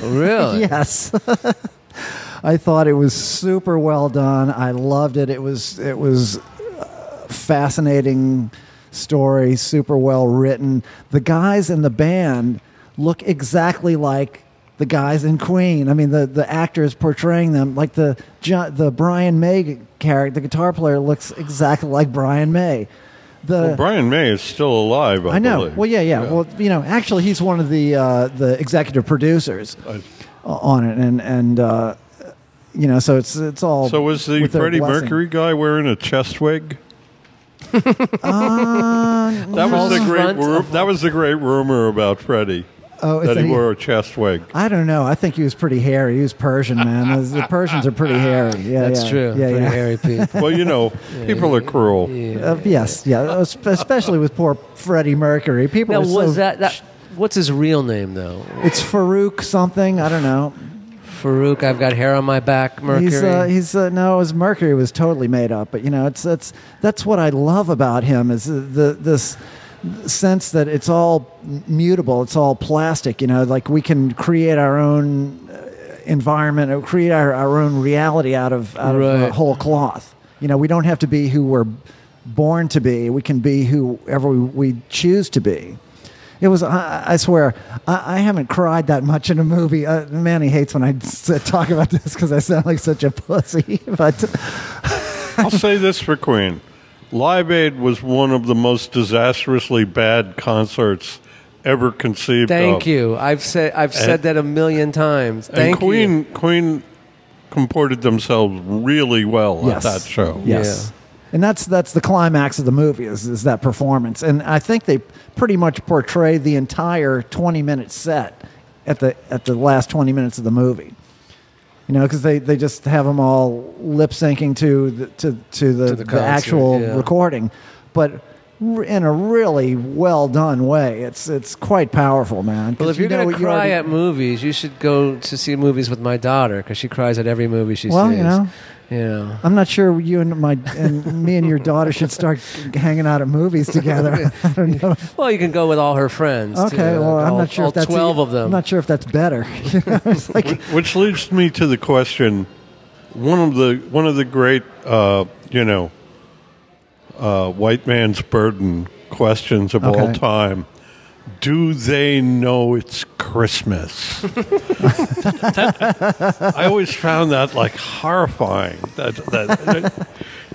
Oh, Really?
yes. I thought it was super well done. I loved it. It was it was uh, fascinating story, super well written. The guys in the band look exactly like the guys in Queen. I mean, the the actors portraying them, like the Jo- the Brian May character, the guitar player looks exactly like Brian May. The
Well, Brian May is still alive. I,
I know.
believe.
Well, yeah, yeah, Well, you know, actually, he's one of the uh, the executive producers
I-
on it, and and uh, you know, so it's it's all.
so was the
with their
Freddie
blessing.
Mercury guy wearing a chest wig?
Uh,
That was the
False
great.
front
Ru-
of-
that was the great rumor about Freddie
Oh, is
that
that
he
he-
wore a chest wig.
I don't know. I think he was pretty hairy. He was Persian, man. Those- The Persians are pretty hairy. Yeah,
That's
yeah.
true.
Yeah,
Pretty
yeah.
hairy people.
Well, you know, people are cruel.
Yeah.
Uh, yes, yeah, es- especially with poor Freddie Mercury. People.
Now,
are so-
was that, that what's his real name though?
It's Farouk something. I don't know.
Farouk, I've got hair on my back. Mercury.
He's uh, he's uh, no, his Mercury was totally made up. But you know, it's that's that's what I love about him is the, the this sense that it's all mutable, it's all plastic. You know, like we can create our own uh, environment, or create our, our own reality out of out of
Right.
uh, whole cloth. You know, we don't have to be who we're born to be. We can be whoever we, we choose to be. It was, I, I swear, I, I haven't cried that much in a movie. Uh, Manny hates when I s- talk about this because I sound like such a pussy. But
I'll say this for Queen. Live Aid was one of the most disastrously bad concerts ever conceived
Thank
of.
you. I've said I've said that a million times. Thank
and Queen
you.
Queen comported themselves really well
yes,
at that show.
Yes. And that's that's the climax of the movie is, is that performance, and I think they pretty much portray the entire twenty minute set at the at the last twenty minutes of the movie, you know, because they, they just have them all lip syncing to the, to to the,
To the
the,
concert,
actual
yeah.
recording, but r- in a really well done way. It's it's quite powerful, man. 'cause
Well, if you're
you know
gonna
what you
cry
already-
at movies, you should go to see movies with my daughter because she cries at every movie she
Well, you
sees.
know.
You know.
I'm not sure you and my and me and your daughter should start hanging out at movies together. I don't know.
Well, you can go with all her friends.
Okay,
too.
uh,
well, I'm
All-
not sure
all
if that's e-,
twelve of them.
I'm not sure if that's better. You know, it's like,
Which leads me to the question: one of the one of the great, uh, you know, uh, white man's burden questions of all
Okay.
time: Do they know it's Christmas? That- I always found that like horrifying. That, that, that-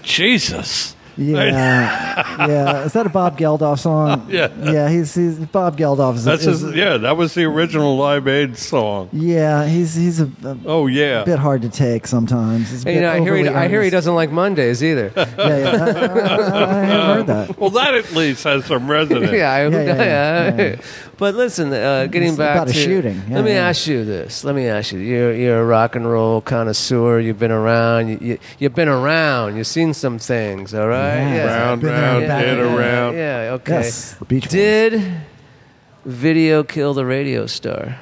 Jesus.
yeah, yeah. Is that a Bob Geldof song?
Yeah.
yeah. He's, he's Bob Geldof. Is,
That's
is-
his, yeah. That was the original Live Aid song.
yeah. He's he's a, a
Oh yeah.
bit hard to take sometimes. He's a
Hey, you
bit
know, I hear, he,
overly
I hear he
earnest.
doesn't like Mondays either. yeah,
Yeah, yeah. I, I- I- I haven't heard that.
Well, that at least has some resonance.
I-
Yeah, yeah, yeah, yeah.
But listen, uh, getting
It's
back
about a
to
shooting. Yeah,
let me
yeah.
ask you this. Let me ask you. You're you're a rock and roll connoisseur. You've been around. You, you, you've been around. You've seen some things. All right.
Yeah.
Round,
Been there and
round,
back uh,
and
again.
around.
Yeah. Okay.
Yes, the Beach Boys.
Did video kill the radio star?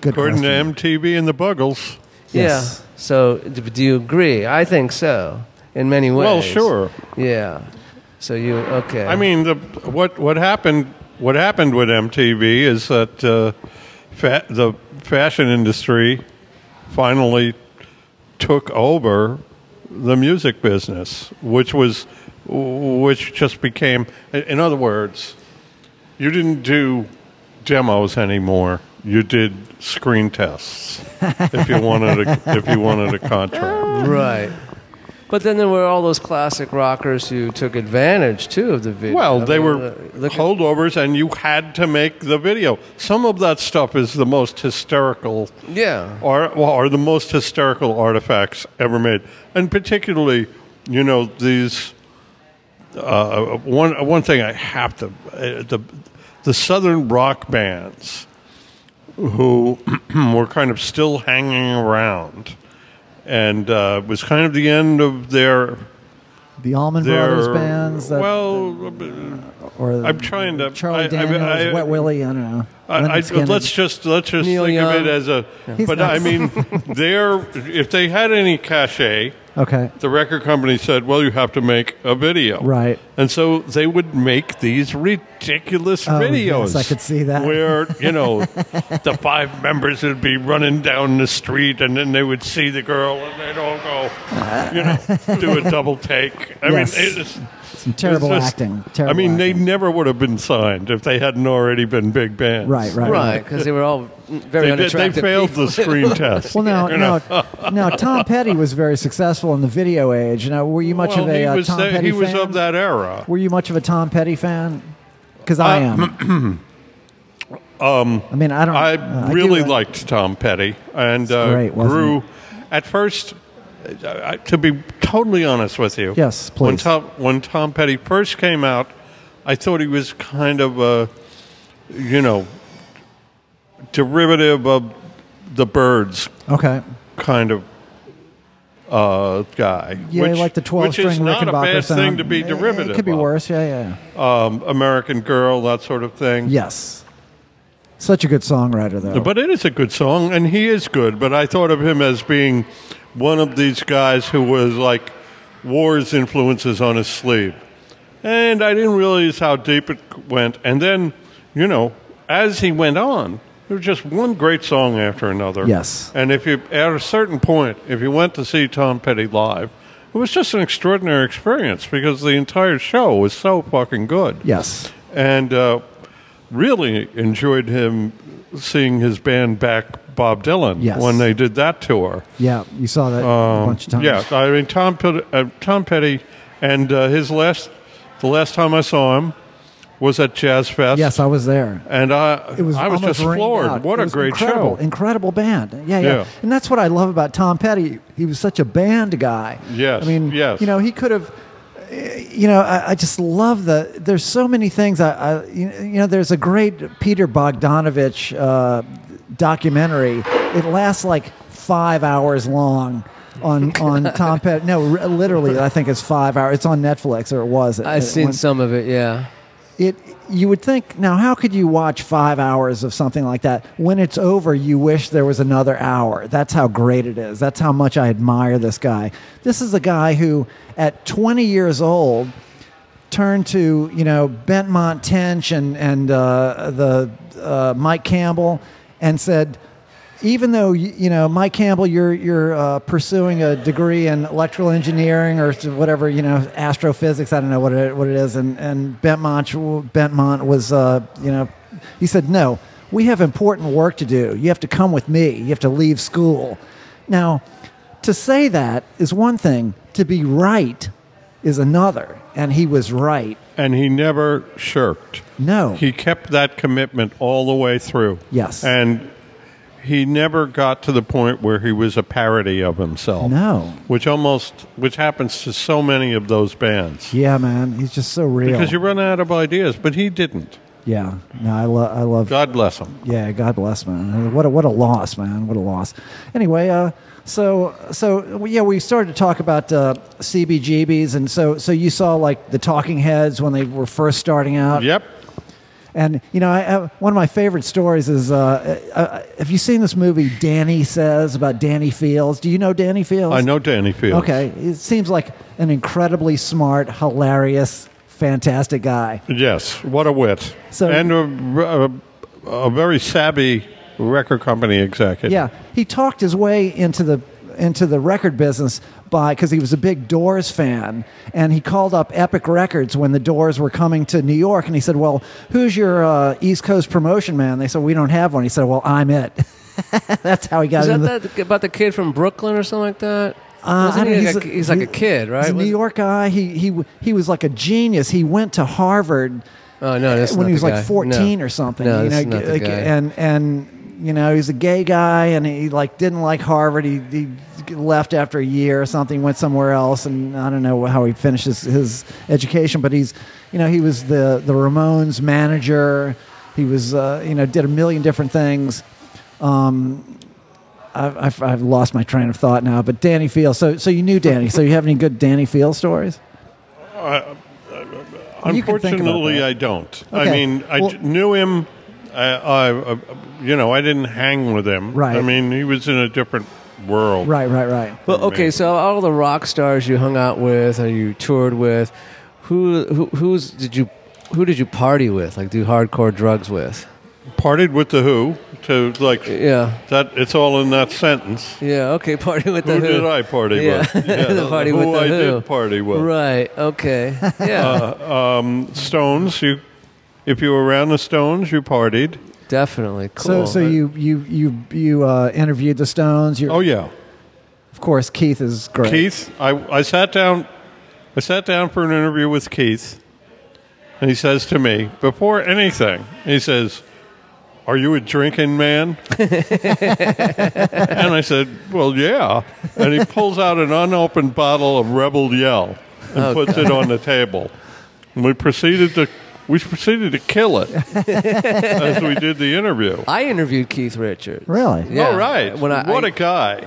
Good
According to
question.
MTV and the Buggles.
Yes.
Yeah. So d- do you agree? I think so. In many ways.
Well, sure.
Yeah. So you okay?
I mean, the, what what happened what happened with MTV is that uh, fa- the fashion industry finally took over the music business, which was which just became. In other words, you didn't do demos anymore. You did screen tests if you wanted a, if you wanted a contract.
Right. But then there were all those classic rockers who took advantage too of the video.
Well,
I
they
mean,
were
uh, look at-
holdovers, and you had to make the video. Some of that stuff is the most hysterical
yeah.
are well, are the most hysterical artifacts ever made, and particularly, you know, these. Uh, one one thing I have to uh, the the southern rock bands who were kind of still hanging around, and uh, was kind of the end of their
The Allman
their
Brothers bands, that,
well, uh,
or the-
I'm trying to-
Charlie
I- I-
Daniels,
I-
Wet Willie. I don't know. Leonard
I, I,
Skinner.
let's just let's just
Neil
think of
Young.
it as a.
He's
But
nuts.
I mean, they're if they had any cachet,
okay,
the record company said, "Well, you have to make a video."
Right.
And so they would make these ridiculous videos.
Oh, yes, I could see that.
Where, you know, the five members would be running down the street and then they would see the girl and they'd all go, you know, do a double take. I
Uh-huh. Yes.
mean, it's
some terrible
it's just-
acting. Terrible
I mean, they
acting.
never would have been signed if they hadn't already been big bands.
right, right,
Right, because they were all very
They, they, they
unattractive.
failed
people.
the screen test.
Well, now, now, now, Tom Petty was very successful in the video age. Now, were you much
Well,
of a
he
uh,
was,
Tom
the-
Petty
he was
fan?
of that era.
Were you much of a Tom Petty fan? Because I am. um, I mean, I don't.
Um, I
uh,
really
do, uh,
liked Tom Petty and uh,
great, wasn't
grew. At first, uh, I- to be totally honest with you,
Yes,
When
please.
Tom when Tom Petty first came out, I thought he was kind of a, you know, derivative of the Birds
Okay.
kind of uh, guy.
Yeah,
which,
like the
which is
twelve-string
not a
Rickenbacker
bad
sound.
thing to be
It-
derivative.
It could be
of.
worse. Yeah, yeah.
Um, American Girl, that sort of thing.
Yes. Such a good songwriter, though.
But it is a good song, and he is good. But I thought of him as being one of these guys who was like war's influences on his sleeve. And I didn't realize how deep it went. And then, you know, as he went on, there was just one great song after another.
Yes.
And if you, at a certain point, if you went to see Tom Petty live, it was just an extraordinary experience because the entire show was so fucking good
yes.
and uh, really enjoyed him seeing his band back Bob Dylan
Yes.
when they did that tour.
Yeah, you saw that a bunch of times.
Um, Yeah, I mean Tom Petty, uh, Tom Petty and uh, his last the last time I saw him was at Jazz Fest.
Yes, I was there.
and I
It was
I was
almost
just
ringed
floored.
out.
What
It
a
was
great
incredible,
show!
Incredible band. Yeah, yeah,
Yeah.
And that's what I love about Tom Petty. He was such a band guy.
Yes,
I mean,
yes.
you know, he could have you know, I, I just love the. There's so many things. I, I you know, there's a great Peter Bogdanovich uh, documentary. It lasts like five hours long on on Tom Petty. No, r- literally, I think it's five hours. It's on Netflix, or it was. at-
I've
at
seen
one-
some of it. Yeah.
it you would think now how could you watch five hours of something like that when it's over you wish there was another hour that's how great it is that's how much i admire this guy this is a guy who at 20 years old turned to you know bentmont tench and and uh, the uh, mike campbell and said even though y- you know Mike Campbell, you're you're uh, pursuing a degree in electrical engineering or s- whatever you know astrophysics. I don't know what it what it is. And and Bentmont Bentmont was uh, you know he said no, we have important work to do. You have to come with me. You have to leave school. Now, to say that is one thing. To be right is another. And he was right.
And he never shirked.
No.
he kept that commitment all the way through.
Yes.
and he never got to the point where he was a parody of himself.
No.
which almost which happens to so many of those bands
Yeah, man. He's just so real.
because you run out of ideas but he didn't
yeah. No, I love I love
god bless him
Yeah, God bless, man. What a, what a loss, man. What a loss. Anyway, uh, so so yeah, we started to talk about uh, CBGBs, and so so you saw like the Talking Heads when they were first starting out.
yep
And you know, I, I, one of my favorite stories is uh, uh, uh, have you seen this movie Danny Says about Danny Fields? Do you know Danny Fields?
i know danny fields
Okay, it seems like an incredibly smart, hilarious, fantastic guy.
yes what a wit
So-
and a, a, a very savvy record company executive
Yeah, he talked his way into the into the record business by because he was a big Doors fan, and he called up Epic Records when the Doors were coming to New York, and he said, "Well, who's your uh, East Coast promotion man?" They said, "We don't have one." He said, "Well, I'm it." That's how he got
Is
into
that,
the
that about the kid from Brooklyn or something like that?
Uh,
Wasn't
I don't-
he like a, he's like a kid, right?
He's a New
Was-
York guy. He he w- he was like a genius. He went to Harvard
Oh no, that's
when
not
he was
the
like
guy.
14
No.
or something.
No,
you
that's
know,
not the
like,
guy.
and and you know he's a gay guy, and he like didn't like Harvard. He, he left after a year or something, went somewhere else, and I don't know how he finished his, his education. But he's you know he was the the Ramones manager. He was uh, you know did a million different things. Um, I've, I've, I've lost my train of thought now, but Danny Field. So, so you knew Danny. so you have any good Danny Field stories? You can think about
Unfortunately,
that.
I don't.
Okay.
I mean, I
Well-
j- knew him. I, I, I- you know, I didn't hang with him.
Right.
I mean, he was in a different world.
Right, right, right.
Well, okay, so all the rock stars you hung out with or you toured with, who who who's did you who did you party with? Like do hardcore drugs with?
Partied with the Who to like
Yeah.
that. It's all in that sentence.
Yeah, okay, party with the
Who
who.
did I party
Yeah.
with?
the party
who
with the
I
who.
did party with. Uh, Um,
Right, okay. Yeah.
Stones. You, if you were around the Stones, you partied.
definitely.
So,
Cool.
so you you you you uh, interviewed the Stones. you
Oh yeah,
Of course, Keith is great.
Keith. I, I sat down. I sat down for an interview with Keith, and he says to me before anything, he says, "Are you a drinking man?" and I said, "Well, yeah." And he pulls out an unopened bottle of Rebel Yell and
Oh,
puts it on the table, and we proceeded to we proceeded to kill it as we did the interview.
I interviewed Keith Richards.
Really?
Yeah.
All right.
When I,
what
I-
a guy.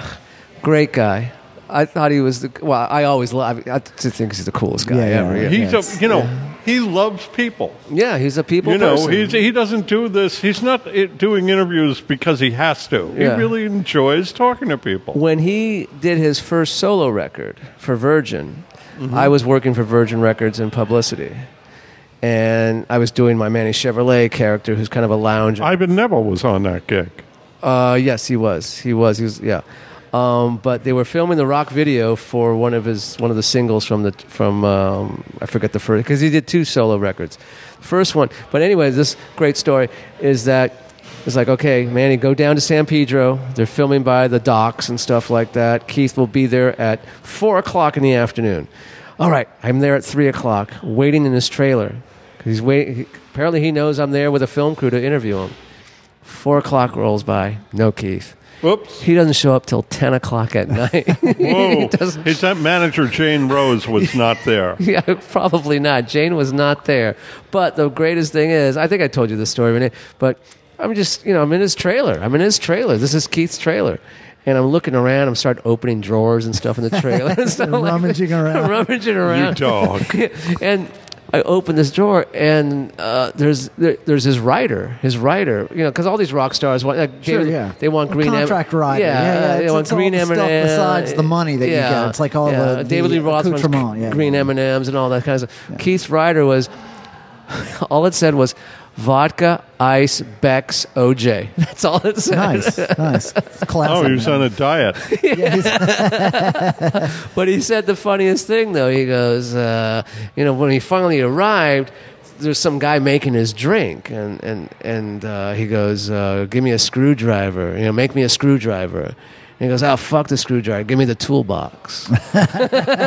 great guy. I thought he was the well. I always love. I just think he's the coolest guy
Yeah, yeah,
ever. Yeah,
yeah.
He's
Yes.
a, you know, he loves people.
Yeah, he's a people.
you know,
person.
he's, he doesn't do this. He's not it, doing interviews because he has to.
Yeah.
He really enjoys talking to people.
when he did his first solo record for Virgin, I was working for Virgin Records in publicity, and I was doing my Manny Chevrolet character, who's kind of a lounge.
Ivan Neville was on that gig.
Uh, yes, he was. He was. He was. Yeah. Um, but they were filming the rock video for one of his one of the singles from the from um, I forget the first because he did two solo records. First one, but anyway, this great story is that it's like okay, Manny, go down to San Pedro. They're filming by the docks and stuff like that. Keith will be there at four o'clock in the afternoon. All right, I'm there at three o'clock, waiting in his trailer. 'Cause He's wait. he- Apparently, he knows I'm there with a film crew to interview him. Four o'clock rolls by. No Keith.
Whoops.
He doesn't show up till ten o'clock at night.
Whoa.
doesn't-
His that manager, Jane Rose, was not there.
yeah, probably not. Jane was not there. But the greatest thing is, I think I told you this story, Renee, but I'm just, you know, I'm in his trailer. I'm in his trailer. This is Keith's trailer. And I'm looking around. I'm starting opening drawers and stuff in the trailer and stuff like
Rummaging
that.
around.
rummaging around.
You dog.
and I open this drawer, and uh, there's there, there's his writer, his writer, you know, because all these rock stars want, like,
Sure,
David-
yeah.
they want
A
green M-
contract rider.
yeah,
Yeah, yeah,
uh, they
it's-
want
it's all
green
the
M and
stuff
M
besides the money that you get. It's like all
yeah.
the-
David
the
Lee Rothman's
accoutrement, yeah,
green
yeah.
M and M's and all that kind of stuff. Keith's rider was all it said was vodka, ice, Beck's, OJ. That's all it said.
Nice, nice, It's classic.
Oh, he was on a diet.
Yeah, he's-
But he said the funniest thing though. He goes, uh, you know, when he finally arrived, there's some guy making his drink, and and and uh, he goes, uh, give me a screwdriver. You know, make me a screwdriver. And he goes, oh fuck the screwdriver. Give me the toolbox.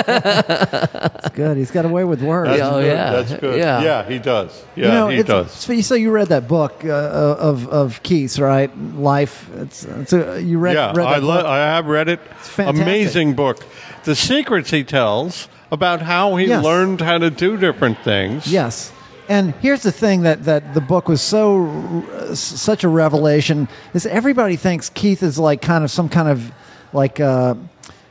it's good. He's got away with words.
That's
Yeah, oh,
good.
yeah.
That's good.
Yeah.
Yeah, he does. Yeah,
you know,
he
it's-
does.
So you, so you read that book uh, of of Keith's, right? Life. It's, it's a, you read.
yeah,
read
I,
that
lo-
book?
I have read it.
fantastic.
Amazing book. The secrets he tells about how he
Yes.
learned how to do different things.
Yes. And here's the thing that, that the book was so uh, s- such a revelation is everybody thinks Keith is like kind of some kind of like uh,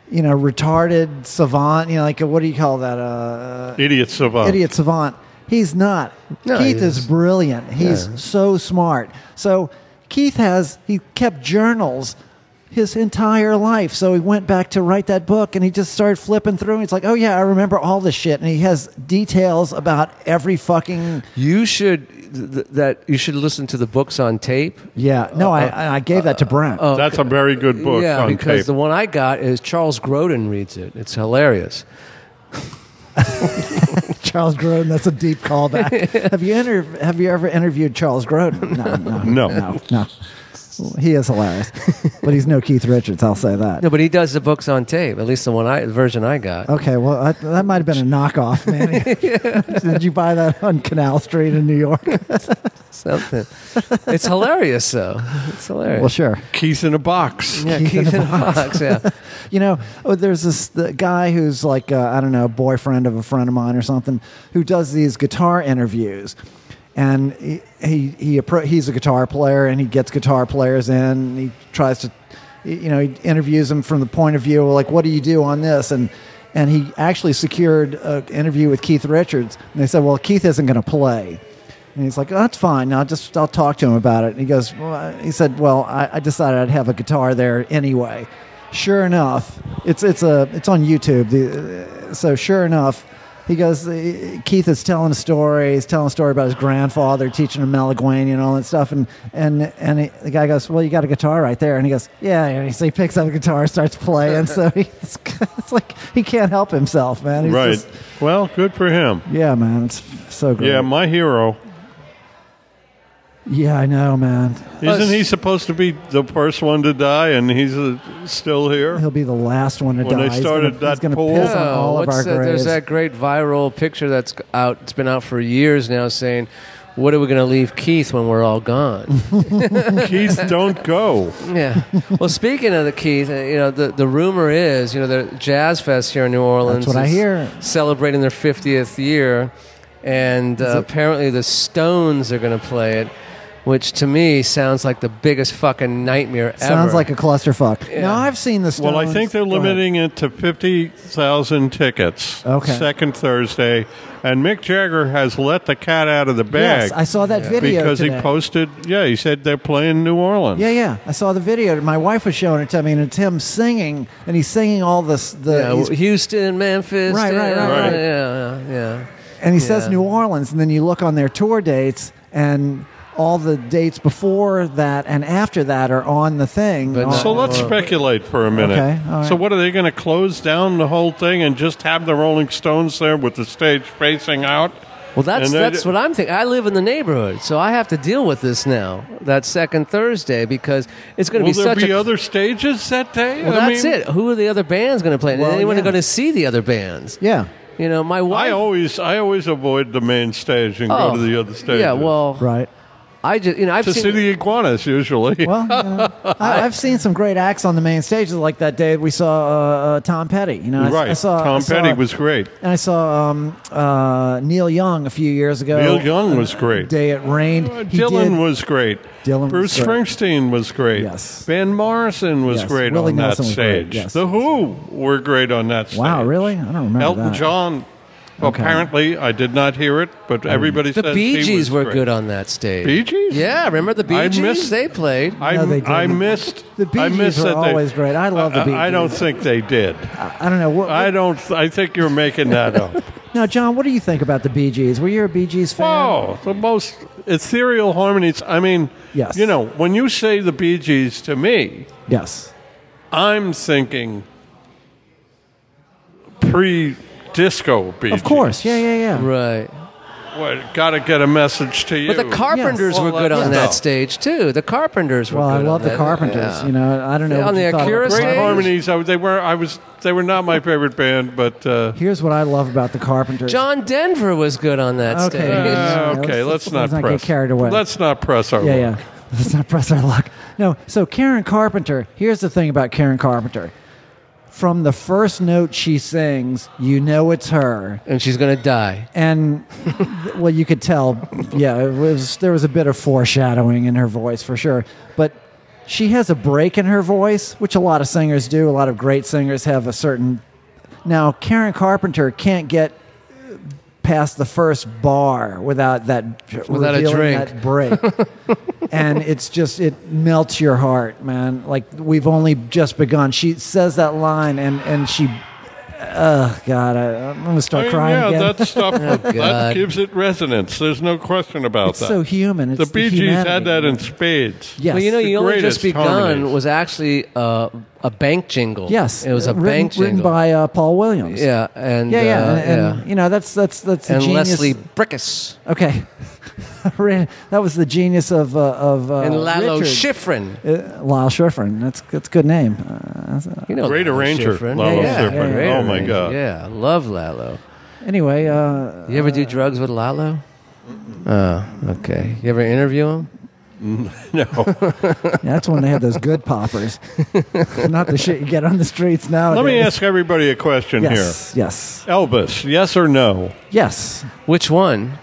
you know retarded savant you know like a, what do you call that uh,
Idiot savant.
idiot savant he's not
No,
Keith
he
is.
is.
brilliant he's so smart so Keith has he kept journals his entire life so he went back to write that book and he just started flipping through and he's like oh yeah I remember all this shit and he has details about every fucking
You should th- that you should listen to the books on tape.
Yeah. No, I- I, I gave that to Brent.
That's a very good book
yeah,
on
because
tape.
the one I got is Charles Grodin reads it. It's hilarious.
Charles Grodin. That's a deep callback. have you inter- Have you ever interviewed Charles Grodin? No, no,
No.
no, no. He is hilarious, but he's no Keith Richards. I'll say that.
No, but he does the books on tape. At least the one I the version I
Oh.
got.
Okay, well, I, that might have been a knockoff, man. Did you buy that on Canal Street in New York?
Something. it's hilarious though. It's hilarious.
Well, sure.
Keys in a box.
yeah,
Keith
Keith,
in a
in a box. Yeah.
You know, oh, there's this the guy who's like, uh, I don't know, boyfriend of a friend of mine or something, who does these guitar interviews. And he, he, he appro- he's a guitar player and he gets guitar players in. And he tries to, you know, he interviews them from the point of view of like, what do you do on this? And, and he actually secured an interview with Keith Richards. And they said, well, Keith isn't going to play. And he's like, oh, that's fine. I'll just I'll talk to him about it. And he goes, well, I- he said, well, I, I decided I'd have a guitar there anyway. Sure enough, it's it's a it's on YouTube. The, uh, so sure enough, he goes. uh, Keith is telling a story. He's telling a story about his grandfather teaching him Malaguena and all that stuff. And and and he, the guy goes, well, you got a guitar right there. And he goes, yeah. And he, so he picks up a guitar, starts playing. so he, it's, like he can't help himself, man. He's
Right.
just-
Well, good for him.
yeah, man. It's so great.
Yeah, my hero.
yeah, I know, man.
Isn't he supposed to be the first one to die, and he's uh, still here?
He'll be the last one to
When
die.
they started
he's gonna,
that
he's gonna
poll-
piss on
Oh,
all of
what's
our
that-
graves.
There's that great viral picture that's out. It's been out for years now, saying, "What are we going to leave Keith when we're all gone?"
Keith, don't go.
yeah. Well, speaking of the Keith, uh, you know, the, the rumor is, you know, the Jazz Fest here in New Orleans.
what I
is
hear.
Celebrating their 50th year, and uh, apparently the Stones are going to play it, which to me sounds like the biggest fucking nightmare ever.
Sounds like a clusterfuck.
Yeah.
Now I've seen the Stones.
Well, I think they're
Go ahead.
limiting it to 50,000 tickets
Okay.
second Thursday. And Mick Jagger has let the cat out of the bag
Yes, I saw that video
because
today.
he posted, yeah, he said they're playing New Orleans.
Yeah, yeah. I saw the video. My wife was showing it to me, and it's him singing, and he's singing all this. The
Yeah,
he's-
Houston, Memphis.
Right, right,
yeah,
right, right.
Yeah, yeah, yeah.
and he says
yeah.
New Orleans, and then you look on their tour dates, and all the dates before that and after that are on the thing. Uh,
But
on-
So let's speculate for a minute.
Okay, all right.
So, what are they going to close down the whole thing and just have the Rolling Stones there with the stage facing out?
Well, that's
And they
that's
d-
what I'm thinking. I live in the neighborhood, so I have to deal with this now. That second Thursday because it's going to
Will
be
there
such
be
a.
other stages that day?
well,
I
that's
mean,
it. Who are the other bands going to play?
Well,
Is anyone
yeah.
going to see the other bands?
yeah,
You know, my wife.
I always, I always avoid the main stage and
Oh,
go to the other stage.
Yeah, well,
right.
I just you know I've
to
seen
see the iguanas usually.
Well, you know, I, I've seen some great acts on the main stages, like that day we saw uh, uh, Tom Petty. You know, I s-
right.
I, saw I
Tom
saw-
Petty was great.
and I saw um, uh, Neil Young a few years ago.
Neil Young
Uh,
was great. Uh,
Day it rained. He
Dylan
did-
was great.
Dylan was
Bruce
great.
Springsteen was great.
Yes.
Van Morrison was
Yes.
great
Willie
on
Nelson
that
was great,
stage.
yes.
The Who were great on that stage.
Wow, really? I don't remember
Elton
that.
John. Apparently, I did not hear it, but
Mm.
everybody
the
says
Bee
he
Gees
was
were
great.
good on that stage.
Bee Gees?
Yeah, remember the Bee
I
Gees?
missed-
they played.
I,
No, they
I
didn't.
missed.
The Bee
I
Gees
missed
were
that they-
always great. I love the Bee
I, I don't
Gees.
think they did.
I, I don't know. What,
I don't. I think you're making that up.
now, John, what do you think about the Bee Gees? Were you a Bee Gees fan?
Wow, the most ethereal harmonies. I mean,
Yes.
you know, when you say the Bee Gees to me,
Yes.
I'm thinking pre disco Bee
Of course. Yeah, yeah, yeah.
Right.
gotta get a message to you.
But the Carpenters
Yes.
were
Well,
good on
yeah.
that stage too. The Carpenters were
Well,
good.
I
on
love the
that-
Carpenters.
yeah.
You know, I don't know.
Yeah,
what
on
you
the
thought about
Acura
the
Great
stage?
harmonies. I, they were. I was. They were not my favorite band, but uh,
Here's what I love about the Carpenters.
John Denver was good on that
Okay.
stage.
Yeah,
uh,
let's-
okay.
let's-
Let's,
let's
not,
not get
press.
carried away.
Let's not press our.
Yeah,
luck.
yeah. Let's not press our luck. No. So Karen Carpenter. Here's the thing about Karen Carpenter. From the first note she sings, you know it's her.
And she's gonna die.
And th- well, you could tell. Yeah, it was there was a bit of foreshadowing in her voice for sure. But she has a break in her voice, which a lot of singers do. A lot of great singers have a certain. Now Karen Carpenter can't get uh, past the first bar without that
Without a
revealing
drink.
that break. and it's just it melts your heart, man. Like we've only just begun. She says that line, and and she oh god, I, I'm gonna
I
start
mean,
crying
yeah,
again.
that stuff that
God.
gives it resonance. There's no question about
it's
that.
so human. It's
the Bee Gees
humanity.
had that in spades.
Yes.
Well, you know,
The
you only just
greatest
begun
harmonies.
was actually uh, a bank jingle.
Yes, Uh,
it was a
written,
bank jingle.
written by uh, Paul Williams.
yeah, and
yeah, yeah,
uh,
and, and, you know that's that's that's the
And
genius. Uh,
Leslie Brickus
Okay, Re- that was the genius of uh, of uh,
and Lalo
Richard.
Schifrin.
Uh, Lyle Schifrin. That's that's a good name. Uh, that's-
You know,
Great
Lalo
arranger,
Schifrin.
Lalo
yeah, yeah,
Schifrin.
yeah, great
Oh, my
arranger.
God.
Yeah, I love Lalo.
anyway, uh,
You ever do drugs with Lalo? Oh, okay. You ever interview him?
No.
Yeah, that's when they had those good poppers, not the shit you get on the streets now.
Let me ask everybody a question
Yes, yes,
here. Elvis, yes or no?
yes.
Which one?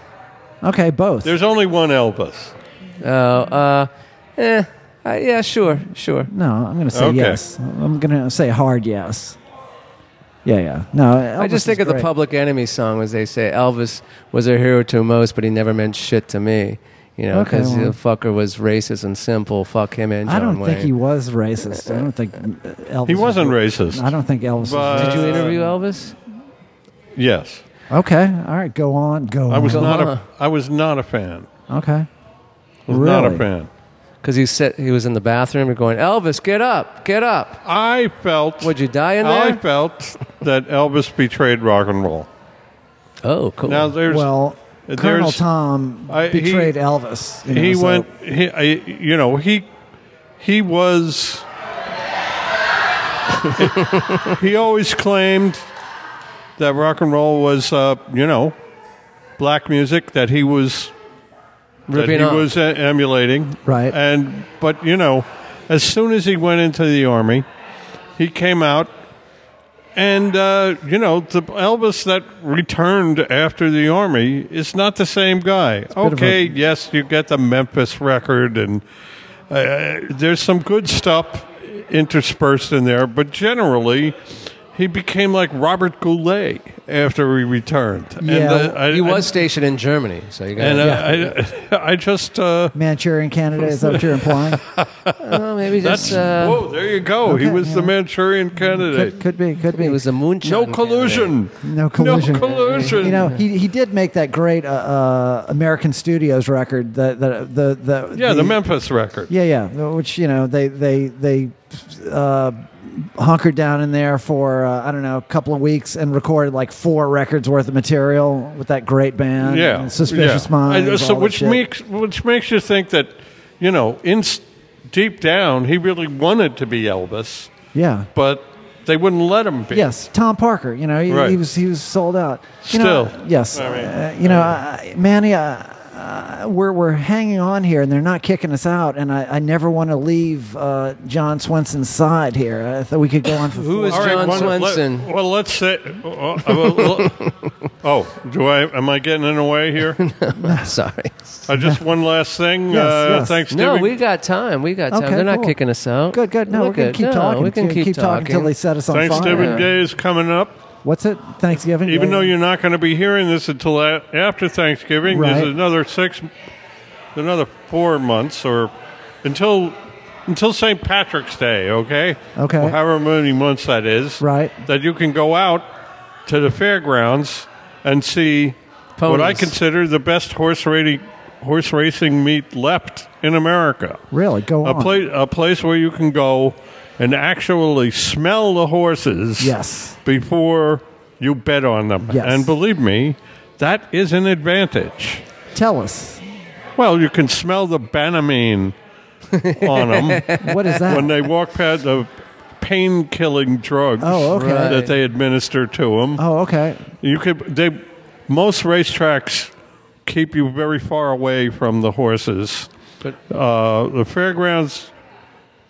Okay, both.
There's only one Elvis.
Oh, uh, eh, uh, yeah, sure, sure.
no, I'm going to say
Okay.
yes. I'm going to say hard yes. Yeah, yeah. No,
I just think of the Public Enemy song, as they say, Elvis was a hero to most, but he never meant shit to me. You know,
Okay,
because
well-
the fucker was racist and simple. Fuck him and John
I don't
Wayne.
think he was racist. I don't think Elvis.
He wasn't
was-
racist.
I don't think Elvis.
But-
was
Did you
racist.
interview Elvis?
Yes.
Okay, all right. Go on. Go.
I was
on.
Go
not
on.
a I was not a fan.
Okay.
Was not a
Really?
fan.
Because he said he was in the bathroom. You're going, Elvis, get up, get up.
I felt
Would you die in
Oh, I
there?
felt that Elvis betrayed rock and roll.
Oh, cool.
Now there's
Well,
there's-
Colonel Tom
I- he-
betrayed Elvis. you
he
know, so-
went he I, you know he he was he always claimed that rock and roll was uh, you know black music that he was that
Ripping
he
off.
was uh, emulating
Right.
and but you know as soon as he went into the army he came out and uh, you know the Elvis that returned after the army is not the same guy.
of a-
Okay, yes, you get the Memphis record, and uh, there's some good stuff interspersed in there, but generally. He became like Robert Goulet after he returned.
Yeah.
and, uh, I,
he was stationed in Germany, so you got.
and uh, I, I just uh,
Manchurian candidate. Is that what you're implying?
oh, maybe
that's
just. Uh,
whoa. There you go. he
okay,
was the
yeah.
Manchurian candidate.
could, could be. Could be.
it was a moonshot.
no collusion.
No collusion.
No collusion.
You know, he, he did make that great uh, uh, American Studios record. That that the the
yeah, the, Memphis record.
yeah yeah which you know they they they uh, hunkered down in there for uh, I don't know a couple of weeks and recorded like four records worth of material with that great band.
yeah,
and Suspicious
yeah.
Minds.
I- so
all that
which
shit.
makes which makes you think that you know, in deep down, he really wanted to be Elvis,
yeah.
but they wouldn't let him be.
Yes, Tom Parker. You know, he,
Right.
he was he was sold out. You know,
Still.
yes.
I mean,
uh, you know, I, Manny, uh, uh, we're we're hanging on here, and they're not kicking us out. And I, I never want to leave uh, John Swenson's side here. I thought we could go on for
Who is
four-
All right,
John
one- let-
Swenson?
well, let's say. oh, oh, well, oh, do I? Am I getting in the way here?
Sorry.
I just one last thing.
Yes,
uh,
yes.
Thanksgiving.
No, we got time. We got time.
Okay,
They're not
cool.
kicking us out.
Good, good. No,
Look
we're gonna
at-
keep
no,
talking.
We can keep,
talking until they set us on
Thanksgiving
fire.
Day is coming up.
What's it? Thanksgiving.
Even
Day?
though you're not going to be hearing this until a- after Thanksgiving,
Right.
there's another six, another four months, or until until St. Patrick's Day. Okay.
Okay.
Or however many months that is.
Right.
That you can go out to the fairgrounds and see what I
Ponies.
consider the best horse racing horse racing meet left in America.
really go
A
on.
place a place where you can go and actually smell the horses
Yes.
before you bet on them.
Yes.
And believe me, that is an advantage.
Tell us
Well, you can smell the banamine on them
what is that?
when they walk past the pain-killing drugs
Oh, okay.
Right.
that they administer to them.
oh, okay.
You could they most racetracks keep you very far away from the horses.
But-
uh, the fairgrounds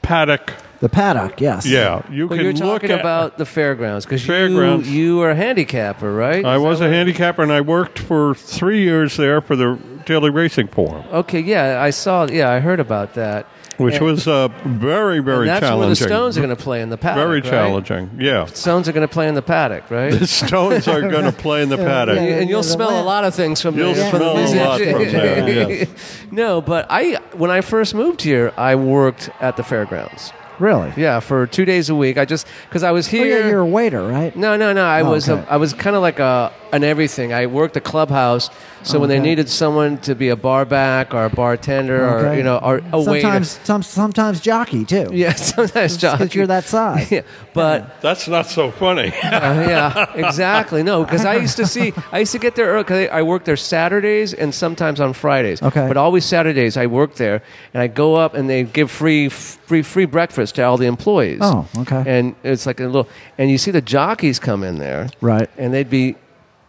paddock,
The paddock. Yes.
yeah, you
Well,
can
you're
look
talking
at-
about the fairgrounds because you,
Fairgrounds.
you are a handicapper, right?
I was a handicapper, and I worked for three years there for the Daily Racing Forum,
okay, yeah, I saw. Yeah, I heard about that.
which
And-
was uh, very,
and
very
that's where the
challenging.
Stones are going to play in the paddock.
very
right?
challenging. Yeah,
Stones are going to play in the paddock, right?
the Stones are going to play in the
Yeah,
and,
yeah.
paddock.
and you'll
the
smell a
land-
lot of things from
You'll
the, from
smell a
the-
lot
from there, yes.
no, but I when I first moved here, I worked at the fairgrounds.
Really?
Yeah, for two days a week. I just because I was
Oh,
here.
yeah, you're a waiter, right?
No, no, no. I
Oh,
was
okay.
a, I was kind of like a an everything. I worked a clubhouse, so when they
Okay.
needed someone to be a bar back or a bartender or
Okay.
you know or a
sometimes,
waiter.
some, sometimes jockey too.
Yeah, sometimes John.
because you're that size.
Yeah, but
That's not so funny.
uh, yeah, exactly. No, because I used to see, I used to get there early. 'cause I I worked there Saturdays and sometimes on Fridays.
Okay.
But always Saturdays, I work there, and I go up and they give free, free, free breakfast to all the employees.
Oh, okay.
And it's like a little, and you see the jockeys come in there,
Right.
And they'd be.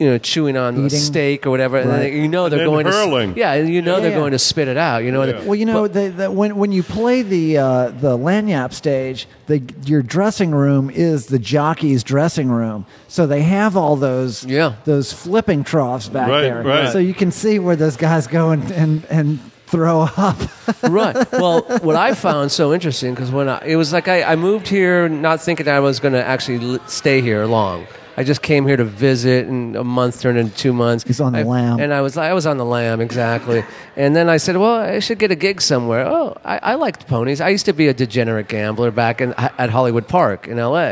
You know, chewing on a
Eating.
steak or whatever, and
Right.
then you know they're
then
going
hurling.
to, yeah, and you know
Yeah,
they're
yeah.
going to spit it out. You know,
Yeah.
they-
Well, you know, the, the, when when you play the uh, the lanyap stage, the your dressing room is the jockey's dressing room, so they have all those
Yeah.
those flipping troughs back
Right,
there,
right.
so you can see where those guys go and and, and throw up.
right. Well, what I found so interesting because when I, it was like I, I moved here not thinking I was going to actually li- stay here long. I just came here to visit, and a month turned into two months.
He's on the
I-
lam.
and I was I was on the lamb exactly. And then I said, well, I should get a gig somewhere. Oh, I, I liked ponies. I used to be a degenerate gambler back in at Hollywood Park in L.A.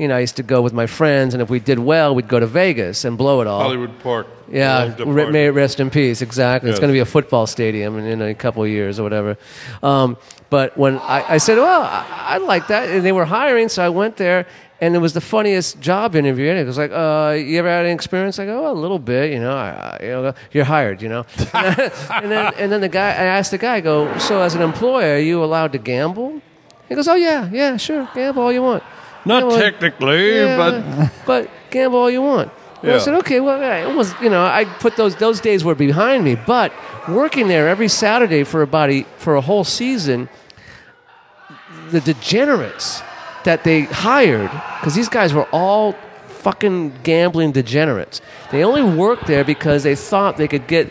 You know, I used to go with my friends, and if we did well, we'd go to Vegas and blow it all.
Hollywood Park.
Yeah,
Loved the
re-
park.
may it rest in peace. Exactly. It's
Yes.
going to be a football stadium in, in a couple of years or whatever. Um, but when I, I said, well, I, I like that, and they were hiring, so I went there, and it was the funniest job interview. And it was like, uh, you ever had any experience? I go, oh, a little bit, you know, I, I, you know you're hired, you know. and, then, and then the guy, I asked the guy, I go, so as an employer, are you allowed to gamble? He goes, oh, yeah, yeah, sure, gamble all you want.
Not
Gamble-
technically, but
but gamble all you want. And I
Yeah.
said, okay, well, I almost, you know, I put those those days were behind me, but working there every Saturday for about a, for a whole season, the degenerates that they hired, because these guys were all fucking gambling degenerates. They only worked there because they thought they could get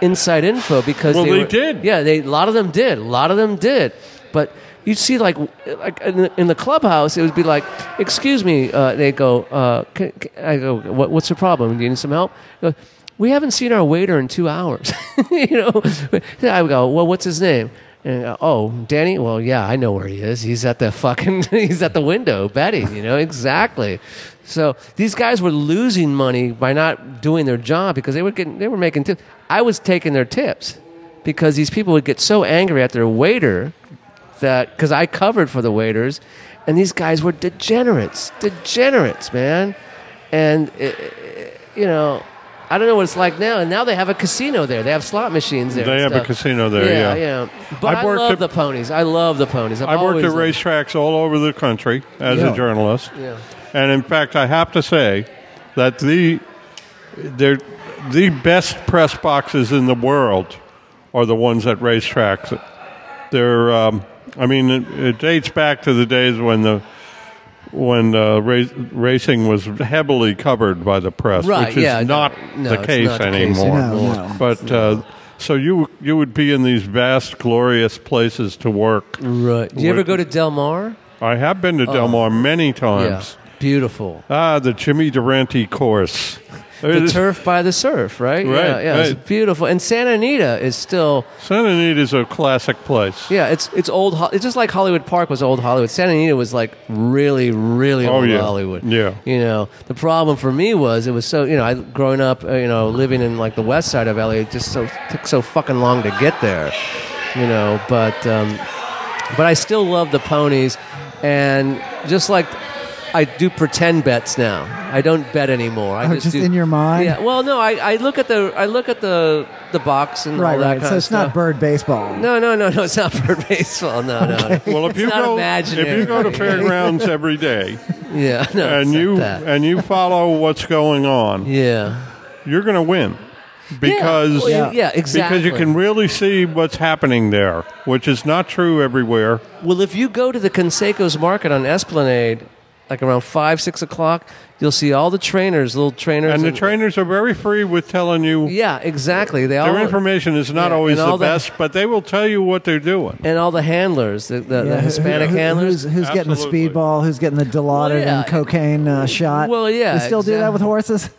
inside info because
Well, they
were-
did.
Yeah, they a lot of them did. A lot of them did. But you'd see like like in the, in the clubhouse, it would be like, "Excuse me," uh, they go. Uh, can, can- I go, what, "What's the problem? Do you need some help?" They go, we haven't seen our waiter in two hours. you know, I would go, "Well, what's his name?" And, uh, oh, Danny. Well, yeah, I know where he is. He's at the fucking. he's at the window betting. You know exactly. So these guys were losing money by not doing their job because they were getting. They were making tips. I was taking their tips because these people would get so angry at their waiter that because I covered for the waiters, and these guys were degenerates, degenerates, man. And eh, eh, eh, you know, I don't know what it's like now. And now they have a casino there. They have slot machines there.
They
and
have a
stuff.
casino there,
yeah.
yeah.
But i
I've worked
love
at-
the ponies. I love the ponies. I've
I
always
worked at
loved-
racetracks all over the country as
Yeah.
a journalist.
Yeah.
And in fact, I have to say that the they're, the best press boxes in the world are the ones at racetracks. They're, um, I mean, it, it dates back to the days when the when uh, ra- racing was heavily covered by the press,
Right,
which is
yeah, no,
not
no,
the
it's
case
not the case
anymore.
anymore. No, no.
But uh, so you you would be in these vast, glorious places to work.
Right. Do you ever go to Del Mar?
I have been to Del Mar many times.
Oh. Yeah. Beautiful.
Ah, the Jimmy Durante course.
The turf by the surf, right?
Right,
Yeah, yeah. It's
right.
beautiful. And Santa Anita is still
Santa Anita is a classic place.
Yeah, it's it's old. Ho- It's just like Hollywood Park was old Hollywood. Santa Anita was like really, really
Oh,
old
yeah.
Hollywood.
Yeah.
you know the problem for me was it was so you know I growing up uh, you know living in like the west side of LA it just so took so fucking long to get there, you know. But um, but I still love the ponies, and just like I do pretend bets now. I don't bet anymore. I
Oh,
just,
just
do-
in your mind?
Yeah. Well, no, I, I look at the I look at the the box and
right,
all that
right.
kind
So
of
it's
stuff.
not bird baseball.
No, no, no, no. It's not for baseball. No, no, no.
Well, if
It's
you
not
go,
imaginary.
if you go to fairgrounds every day
yeah, no, it's
and
not
you
that.
and you follow what's going on,
yeah,
you're going to win because
yeah, well, yeah, exactly.
because you can really see what's happening there, which is not true everywhere.
Well, if you go to the Conseco's Market on Esplanade, like around five, six o'clock, you'll see all the trainers, little trainers,
And the trainers are very free with telling you
Yeah, exactly. They all
their information is not
Yeah, and
always the
all the-
best, but they will tell you what they're doing.
and all the handlers, the, the,
Yeah,
the
who-
Hispanic
who-
handlers.
Who's, who's getting the
Absolutely.
speedball? Who's getting the dilaudid
Well, yeah.
and cocaine uh, shot?
Well, yeah,
They still do that
exact-
with horses?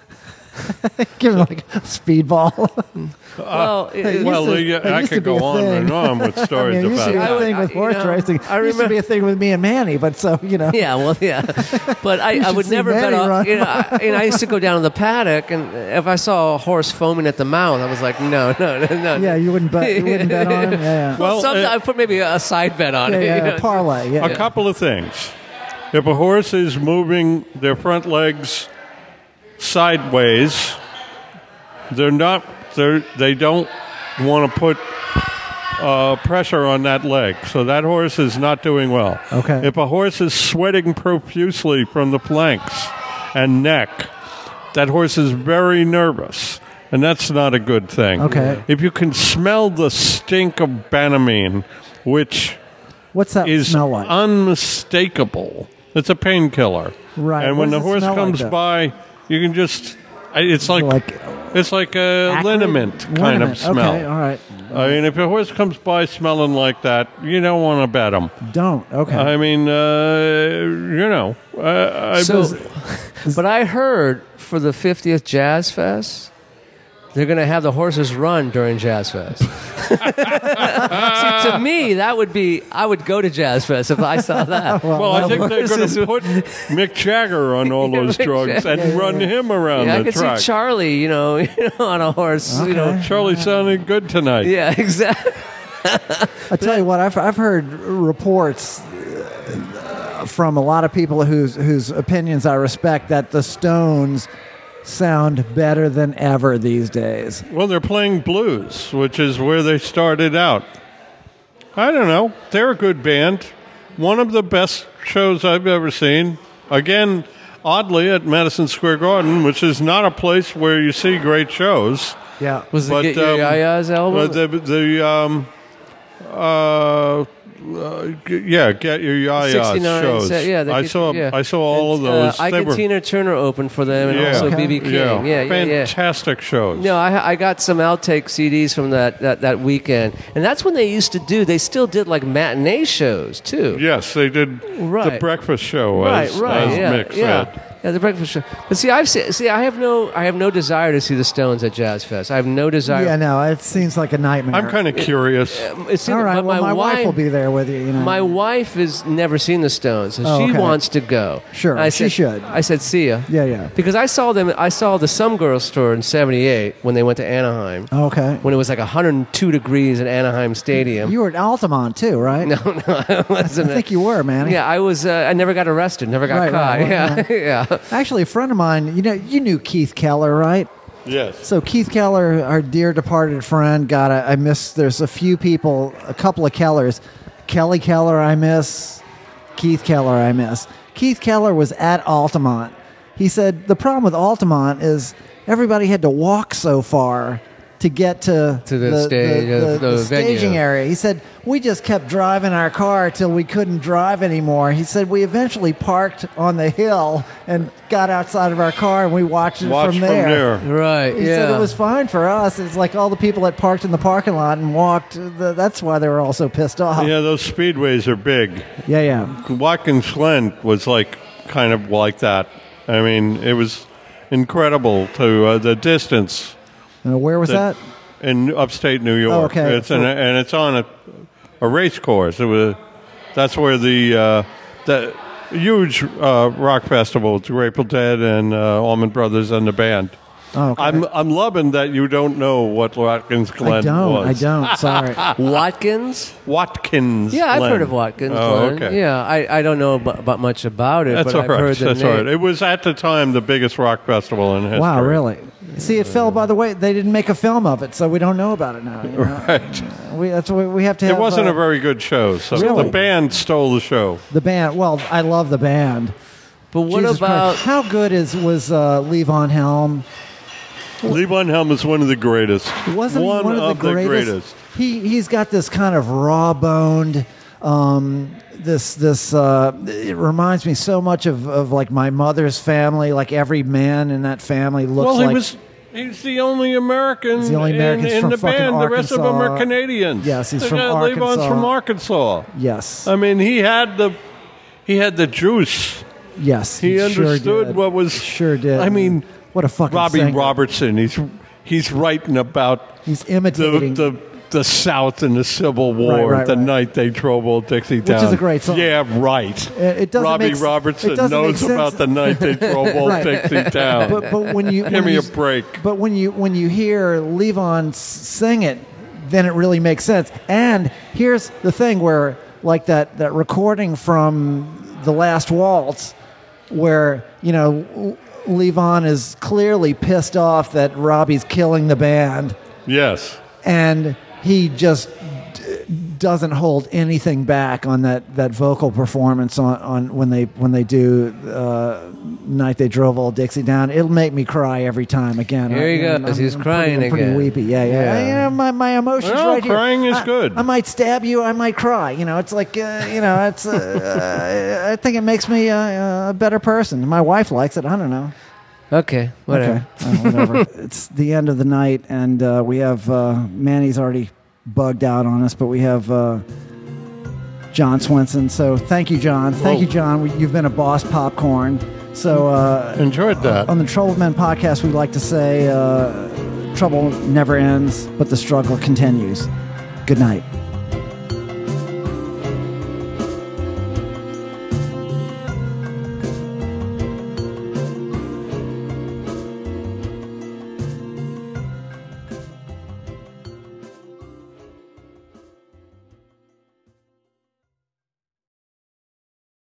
Give him like a speedball.
well,
Uh,
it- it-
well,
to-
yeah,
it
I
used to
could
be
go
a
on
thing.
and on with
I mean,
stories
it used to be
about
a
that.
thing with
I- I- you
horse
know,
racing.
I
It used to be a thing with me and Manny, but so you know,
Yeah, well, yeah, but I, I
should
would
see
never bet
Manny
on.
run.
You know, I, you know, I used to go down to the paddock, and if I saw a horse foaming at the mouth, I was like, no, no, no, no.
yeah, you wouldn't bet, you wouldn't bet on him. Yeah,
Well,
Well, sometimes
uh,
I put maybe a side bet on
yeah, yeah,
it.
yeah,
you know.
parlay. Yeah,
A couple of things. If a horse is moving their front legs sideways, they're not they're, they don't want to put uh, pressure on that leg. So that horse is not doing well.
Okay.
If a horse is sweating profusely from the flanks and neck, that horse is very nervous. And that's not a good thing.
Okay.
If you can smell the stink of Banamine, which
What's that
is
smell like?
unmistakable. It's a painkiller.
Right.
And
What
when the
does it
horse
smell like,
comes
though?
by, you can just I- it's like,
Like,
it's like a
Acrid?
liniment kind of
Liniment.
smell.
Okay, all right.
I mean, if a horse comes by smelling like that, you don't want to bet him.
Don't. Okay.
I mean, uh, you know, uh, I
So, but I heard for the 50th Jazz Fest, they're going to have the horses run during Jazz Fest. See, to me, that would be I would go to Jazz Fest if I saw that.
well, I
The
think they're going
horses
to
would-
put Mick Jagger on all
Yeah,
those
Mick
drugs and run him around
Yeah, I
the
could
track.
see Charlie, you know, you know, on a horse, you know.
Charlie sounded good tonight.
Yeah, exactly.
I tell you what, I've, I've heard reports uh, from a lot of people whose whose opinions I respect that the Stones sound better than ever these days.
Well, they're playing blues, which is where they started out. I don't know. They're a good band. One of the best shows I've ever seen. Again, oddly, at Madison Square Garden, which is not a place where you see great shows.
Yeah.
Was it
But,
Get Your
um,
Yaya's album?
But the, the um, uh, uh, g- yeah, get your yayas
69,
shows.
so- yeah, they
I
get-
saw.
yeah.
I saw all
And,
of those.
Uh, Ike
They
and
were-
Tina Turner opened for them, and
yeah,
also
Okay.
BB King. Yeah, yeah, yeah.
fantastic shows.
No, I, I got some outtake CDs from that, that, that weekend, and that's when they used to do. They still did like matinee shows too.
Yes, they did the
Right.
breakfast show
right,
as,
right,
as
yeah,
Mick
yeah.
said.
Yeah, the breakfast show. But see, I've se- see, I have no, I have no desire to see the Stones at Jazz Fest. I have no desire.
Yeah, no, it seems like a nightmare.
I'm kind of curious.
It's
All right,
but
well, my, wife,
wine-
will be there with you. You know,
My wife has never seen the Stones, and
Oh,
she
okay.
wants to go.
Sure,
And I
she
said-
should.
I said, "See ya."
Yeah, yeah.
Because I saw them. I saw the Some Girls tour in '78 when they went to Anaheim.
Oh, okay.
When it was like 102 degrees in Anaheim Stadium.
You were at Altamont too, right?
Oh, no, no, I wasn't.
I think you were, man.
yeah, I was. Uh, I never got arrested. Never got
Right,
caught.
right,
yeah,
right,
yeah.
Actually, a friend of mine, you know, you knew Keith Keller, right?
Yes.
So Keith Keller, our dear departed friend, God, I, I miss. There's a few people, a couple of Kellers, Kelly Keller, I miss. Keith Keller, I miss. Keith Keller was at Altamont. He said the problem with Altamont is everybody had to walk so far to get to,
To the stage, uh, the venue.
staging area. He said we just kept driving our car till we couldn't drive anymore. He said we eventually parked on the hill and got outside of our car and we watched it
Watch from there.
Right.
he
yeah.
said it was fine for us. It's like all the people that parked in the parking lot and walked. th that's why they were all so pissed off.
Yeah, those speedways are big.
yeah, yeah.
Watkins Glen was like kind of like that. I mean, it was incredible to uh, the distance
Uh, where was that?
in upstate New York.
okay.
It's an, and it's on a, a race course. It was that's where the uh, the huge uh, rock festival, with Grateful Dead and uh, Allman Brothers and the band.
Oh, okay.
I'm I'm loving that you don't know what Watkins
I
Glen
don't.
was.
I don't. Sorry.
Uh,
Watkins.
Watkins.
Yeah, I've
Glen.
heard of Watkins.
Oh,
Glen.
okay.
Yeah, I, I don't know about, about much about it, but
That's all
I've
right.
heard the
That's
name.
all right. It was at the time the biggest rock festival in history.
wow, really? See, it fell by the way. They didn't make a film of it, so we don't know about it now. you know?
Right.
We, that's what we have to.
It
have,
wasn't
uh,
a very good show. So
Really?
the band stole the show.
the band. Well, I love the band.
But what
Jesus
about?
Christ. how good is was uh, Levon Helm?
Levon Helm is one of the greatest.
Wasn't
one,
he one of, the, greatest?
greatest.
He he's got this kind of raw boned. Um, this this uh, it reminds me so much of, of like my mother's family. Like every man in that family looks
Well,
like
he was. He's the only American,
He's the only American
in, in
from
the
fucking
band. The rest of them are
Arkansas.
Canadians.
Yes, he's
The
from
guy Levon's
Arkansas.
from Arkansas.
yes
I mean, he had the he had the juice.
yes
He
sure
understood
did.
what was
sure did
I mean,
What a fucking
Robbie
singer.
Robertson. He's he's writing about
He's
the,
imitating.
the the South and the Civil War,
Right, right,
the
right.
night they drove old Dixie
is
down.
a great song.
Yeah, right.
It- it doesn't
Robbie
make s-
Robertson
it doesn't make
knows
sense.
about the night they drove old
Right.
Dixie down.
but but when you
Give
when
me
you-
a break.
But when you when you hear Levon s- sing it, then it really makes sense. And here's the thing where like that that recording from the last waltz, where you know L- Levon is clearly pissed off that Robbie's killing the band,
yes.
and he just d- doesn't hold anything back on that, that vocal performance on, on when they when they do uh, night they drove old Dixie down. It'll make me cry every time again.
Here he
I'm-
goes.
I'm-
He's
I'm
crying
pretty, I'm
again.
Pretty weepy. Yeah, yeah.
Yeah.
I- you know, my my emotions
Well,
right here.
crying is
I-
good.
I might stab you. I might cry. You know, it's like uh, you know, it's. Uh, uh, I think it makes me uh, a better person. My wife likes it. I don't know.
Okay, whatever.
Okay. Oh, whatever. it's the end of the night, and uh, we have uh, Manny's already bugged out on us, but we have uh, John Swenson. So thank you, John. Thank you,
Whoa.
John. We- You've been a boss popcorn. So uh,
Enjoyed that.
on the Trouble of Men podcast, we like to say uh, trouble never ends, but the struggle continues. Good night.